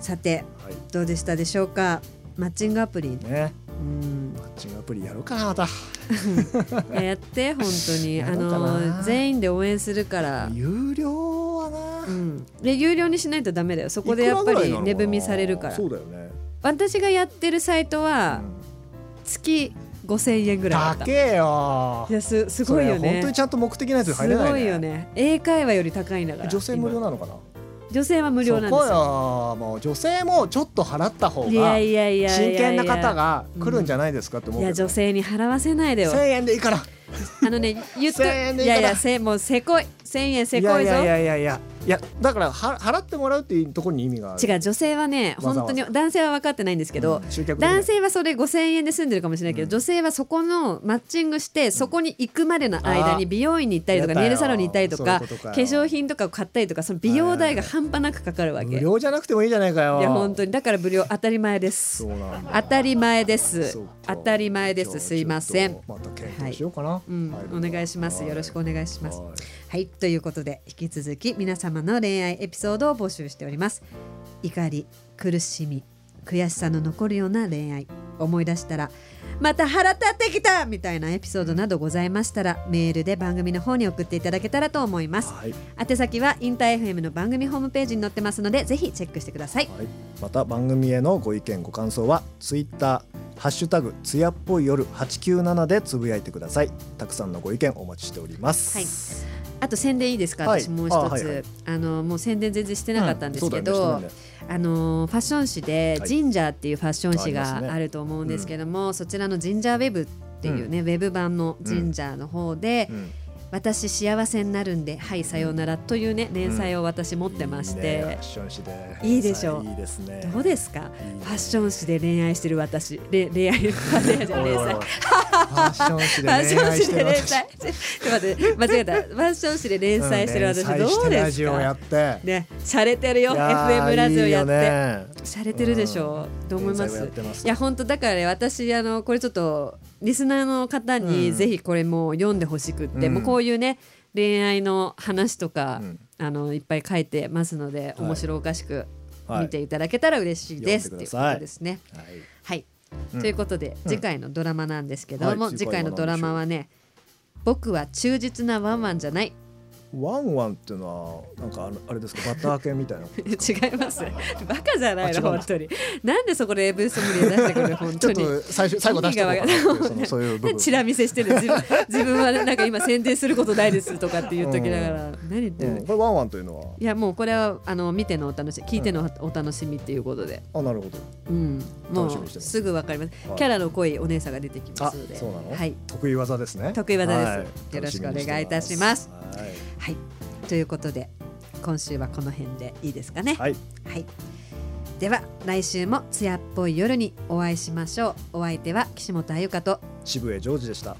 [SPEAKER 1] さて
[SPEAKER 4] はい
[SPEAKER 1] どうでしたでしょうかマッチングアプリ
[SPEAKER 4] ね、
[SPEAKER 1] うん
[SPEAKER 4] マッチングアプリやろうかまた
[SPEAKER 1] いややって本当にあ
[SPEAKER 4] やろうかな
[SPEAKER 1] の全員で応援するから
[SPEAKER 4] 有料はな、
[SPEAKER 1] うんで有料にしないとダメだよそこでやっぱ
[SPEAKER 4] いくらぐらい
[SPEAKER 1] り
[SPEAKER 4] なのかな
[SPEAKER 1] 値踏みされるから
[SPEAKER 4] そうだよね、
[SPEAKER 1] 私がやってるサイト
[SPEAKER 4] う
[SPEAKER 1] は
[SPEAKER 4] ん、
[SPEAKER 1] 月5000円ぐらいだっ
[SPEAKER 4] 高
[SPEAKER 1] た
[SPEAKER 4] えよ
[SPEAKER 1] いやすすごいよ
[SPEAKER 4] それ本
[SPEAKER 1] ね
[SPEAKER 4] 当にちゃんと目的ないと入れ
[SPEAKER 1] す
[SPEAKER 4] ない、ね、
[SPEAKER 1] ごいよね英会話より高いんだから
[SPEAKER 4] 女性無料
[SPEAKER 1] 今
[SPEAKER 4] なのかな
[SPEAKER 1] 女性は無料なんで
[SPEAKER 4] そこよもう女性もちょっと払った方
[SPEAKER 1] すよいや
[SPEAKER 4] が
[SPEAKER 1] いやいやいやい
[SPEAKER 4] 真
[SPEAKER 1] や
[SPEAKER 4] 剣な方が来るんじゃないですかって思
[SPEAKER 1] いう
[SPEAKER 4] け
[SPEAKER 1] や
[SPEAKER 4] ど、
[SPEAKER 1] 女性に払わせないでよ
[SPEAKER 4] 1000円でいいから
[SPEAKER 1] あのね言っとい
[SPEAKER 4] 1000円でいいから
[SPEAKER 1] やいやせもうせこい1000円せこいぞ
[SPEAKER 4] やいやいやいやいやだからは払ってもらうっていうところに意味がある
[SPEAKER 1] 違う女性はね
[SPEAKER 4] わざ
[SPEAKER 1] 本
[SPEAKER 4] わ
[SPEAKER 1] 当
[SPEAKER 4] ざ
[SPEAKER 1] に男性は分かってないんですけど、
[SPEAKER 4] うん集客できない
[SPEAKER 1] 男性はそれ5000円で済んでるかもしれないけど、
[SPEAKER 4] うん
[SPEAKER 1] 女性はそこのマッチングしてそこに行くまでの間に
[SPEAKER 4] あー
[SPEAKER 1] 美容院に行ったりとか
[SPEAKER 4] やだよ
[SPEAKER 1] ネイルサロンに行ったりとか
[SPEAKER 4] そういうことか
[SPEAKER 1] 化
[SPEAKER 4] よ
[SPEAKER 1] 粧品とかを買ったりとかその美容代が半端なくかかるわけ、
[SPEAKER 4] 無料じゃなくてもいいじゃないかよ
[SPEAKER 1] いや本当にだから無料当たり前です
[SPEAKER 4] そうなんだ
[SPEAKER 1] 当たり前です
[SPEAKER 4] そう
[SPEAKER 1] 当たり前です
[SPEAKER 4] じゃあ
[SPEAKER 1] すいません
[SPEAKER 4] ちょっとまた検討しようかな、
[SPEAKER 1] うん
[SPEAKER 4] はい、
[SPEAKER 1] お願いします。よろしくお願いします。
[SPEAKER 4] は
[SPEAKER 1] はいい、ということで、引き続き皆様の恋愛エピソードを募集しております。怒り、苦しみ、悔しさの残るような恋愛、思い出したら。また腹立ってきたみたいなエピソードなどございましたらメールで番組の方に送っていただけたらと思います、
[SPEAKER 4] はい
[SPEAKER 1] 宛先はインター FM の番組ホームページに載ってますのでぜひチェックしてください
[SPEAKER 4] はい、また番組へのご意見ご感想はツイッターハッシュタグつやっぽい夜897でつぶやいてくださいたくさんのご意見お待ちしております
[SPEAKER 1] あと宣伝いいですか、
[SPEAKER 4] はい
[SPEAKER 1] 私もう一つあ,、
[SPEAKER 4] あはいはい
[SPEAKER 1] のもう宣伝全然してなかったんですけ
[SPEAKER 4] うんそう
[SPEAKER 1] ど、
[SPEAKER 4] だよね
[SPEAKER 1] あのファッション誌で
[SPEAKER 4] はい
[SPEAKER 1] ジンジャーっていうファッション誌
[SPEAKER 4] ありますね
[SPEAKER 1] があると思うんですけども、そちらのジンジャーウェブっていうね、ウェブ版のジンジャーの方で、
[SPEAKER 4] ん
[SPEAKER 1] 私幸せになるんではいさようならというね連載を私持ってまし
[SPEAKER 4] いいねファ
[SPEAKER 1] て
[SPEAKER 4] ッ、ション誌で
[SPEAKER 1] いいでしょう
[SPEAKER 4] いいですね
[SPEAKER 1] どうですか、
[SPEAKER 4] いいね
[SPEAKER 1] ファッション誌で恋愛してる私れ恋 愛恋愛じゃない連載
[SPEAKER 4] ファッション 誌
[SPEAKER 1] フ
[SPEAKER 4] で
[SPEAKER 1] ァッシ
[SPEAKER 4] 恋
[SPEAKER 1] ョン
[SPEAKER 4] 愛し
[SPEAKER 1] 誌
[SPEAKER 4] て
[SPEAKER 1] で
[SPEAKER 4] る
[SPEAKER 1] 連載
[SPEAKER 4] 私
[SPEAKER 1] ちょっと待って間違 えたファッション誌で連載してる私
[SPEAKER 4] うん連載
[SPEAKER 1] ど
[SPEAKER 4] し
[SPEAKER 1] う
[SPEAKER 4] てラ
[SPEAKER 1] で
[SPEAKER 4] ジ
[SPEAKER 1] す
[SPEAKER 4] オや
[SPEAKER 1] か
[SPEAKER 4] って
[SPEAKER 1] ね、洒落てるよ
[SPEAKER 4] いやー
[SPEAKER 1] FM ラジオやっ
[SPEAKER 4] いいよ
[SPEAKER 1] て
[SPEAKER 4] ね
[SPEAKER 1] 洒落てるでしょう、と思いま
[SPEAKER 4] 連載
[SPEAKER 1] す
[SPEAKER 4] をやってます
[SPEAKER 1] いや本当だからね私あのこれちょっとリスナーの方にぜひこれもう読んでほしくって、もうこういうね恋愛の話とか、あのいっぱい書いてますので、面白おかしく
[SPEAKER 4] はい
[SPEAKER 1] 見ていただけたら嬉しいです、
[SPEAKER 4] 読
[SPEAKER 1] と
[SPEAKER 4] んで
[SPEAKER 1] いう
[SPEAKER 4] く
[SPEAKER 1] こ
[SPEAKER 4] ださい
[SPEAKER 1] とですね
[SPEAKER 4] はい
[SPEAKER 1] はい、ということで次回のドラマなんですけども、
[SPEAKER 4] はい次
[SPEAKER 1] 次
[SPEAKER 4] 回は
[SPEAKER 1] 回のドラマはね僕は忠実なワンワンじゃない
[SPEAKER 4] ワンワンっていうのはなんかあのあれですかバター犬みたいな
[SPEAKER 1] 違います バカじゃないの
[SPEAKER 4] あ違う
[SPEAKER 1] 本当になんでそこでエブソムリエ出したけど本
[SPEAKER 4] ち
[SPEAKER 1] 当
[SPEAKER 4] ょっ
[SPEAKER 1] に
[SPEAKER 4] と最初最後出して
[SPEAKER 1] 意
[SPEAKER 4] こ
[SPEAKER 1] 味
[SPEAKER 4] う
[SPEAKER 1] が
[SPEAKER 4] かなっていうそのそういう部 分
[SPEAKER 1] チラ見せしてる自分 自分はなんか今宣伝することないですとかって言っときながら、何言って
[SPEAKER 4] う
[SPEAKER 1] る、
[SPEAKER 4] んこれワンワンというのはい
[SPEAKER 1] やもうこれはあの見てのお楽しみ聞いてのお楽しみっていうことで、
[SPEAKER 4] あなるほど
[SPEAKER 1] うん、も
[SPEAKER 4] 楽しみに
[SPEAKER 1] う
[SPEAKER 4] してます
[SPEAKER 1] すぐわかります、
[SPEAKER 4] はい
[SPEAKER 1] キャラの濃いお姉さんが出てきますので
[SPEAKER 4] そうなの、
[SPEAKER 1] はい、
[SPEAKER 4] 得意技ですね
[SPEAKER 1] 得意技ですよろしくお願いいたします
[SPEAKER 4] 楽みにして
[SPEAKER 1] はい、ということで今週はこの辺でいいですかね
[SPEAKER 4] はい、はい、
[SPEAKER 1] はい、では来週も艶っぽい夜にお会いしましょうお相手は岸本あゆかと
[SPEAKER 4] 渋江ジョージでした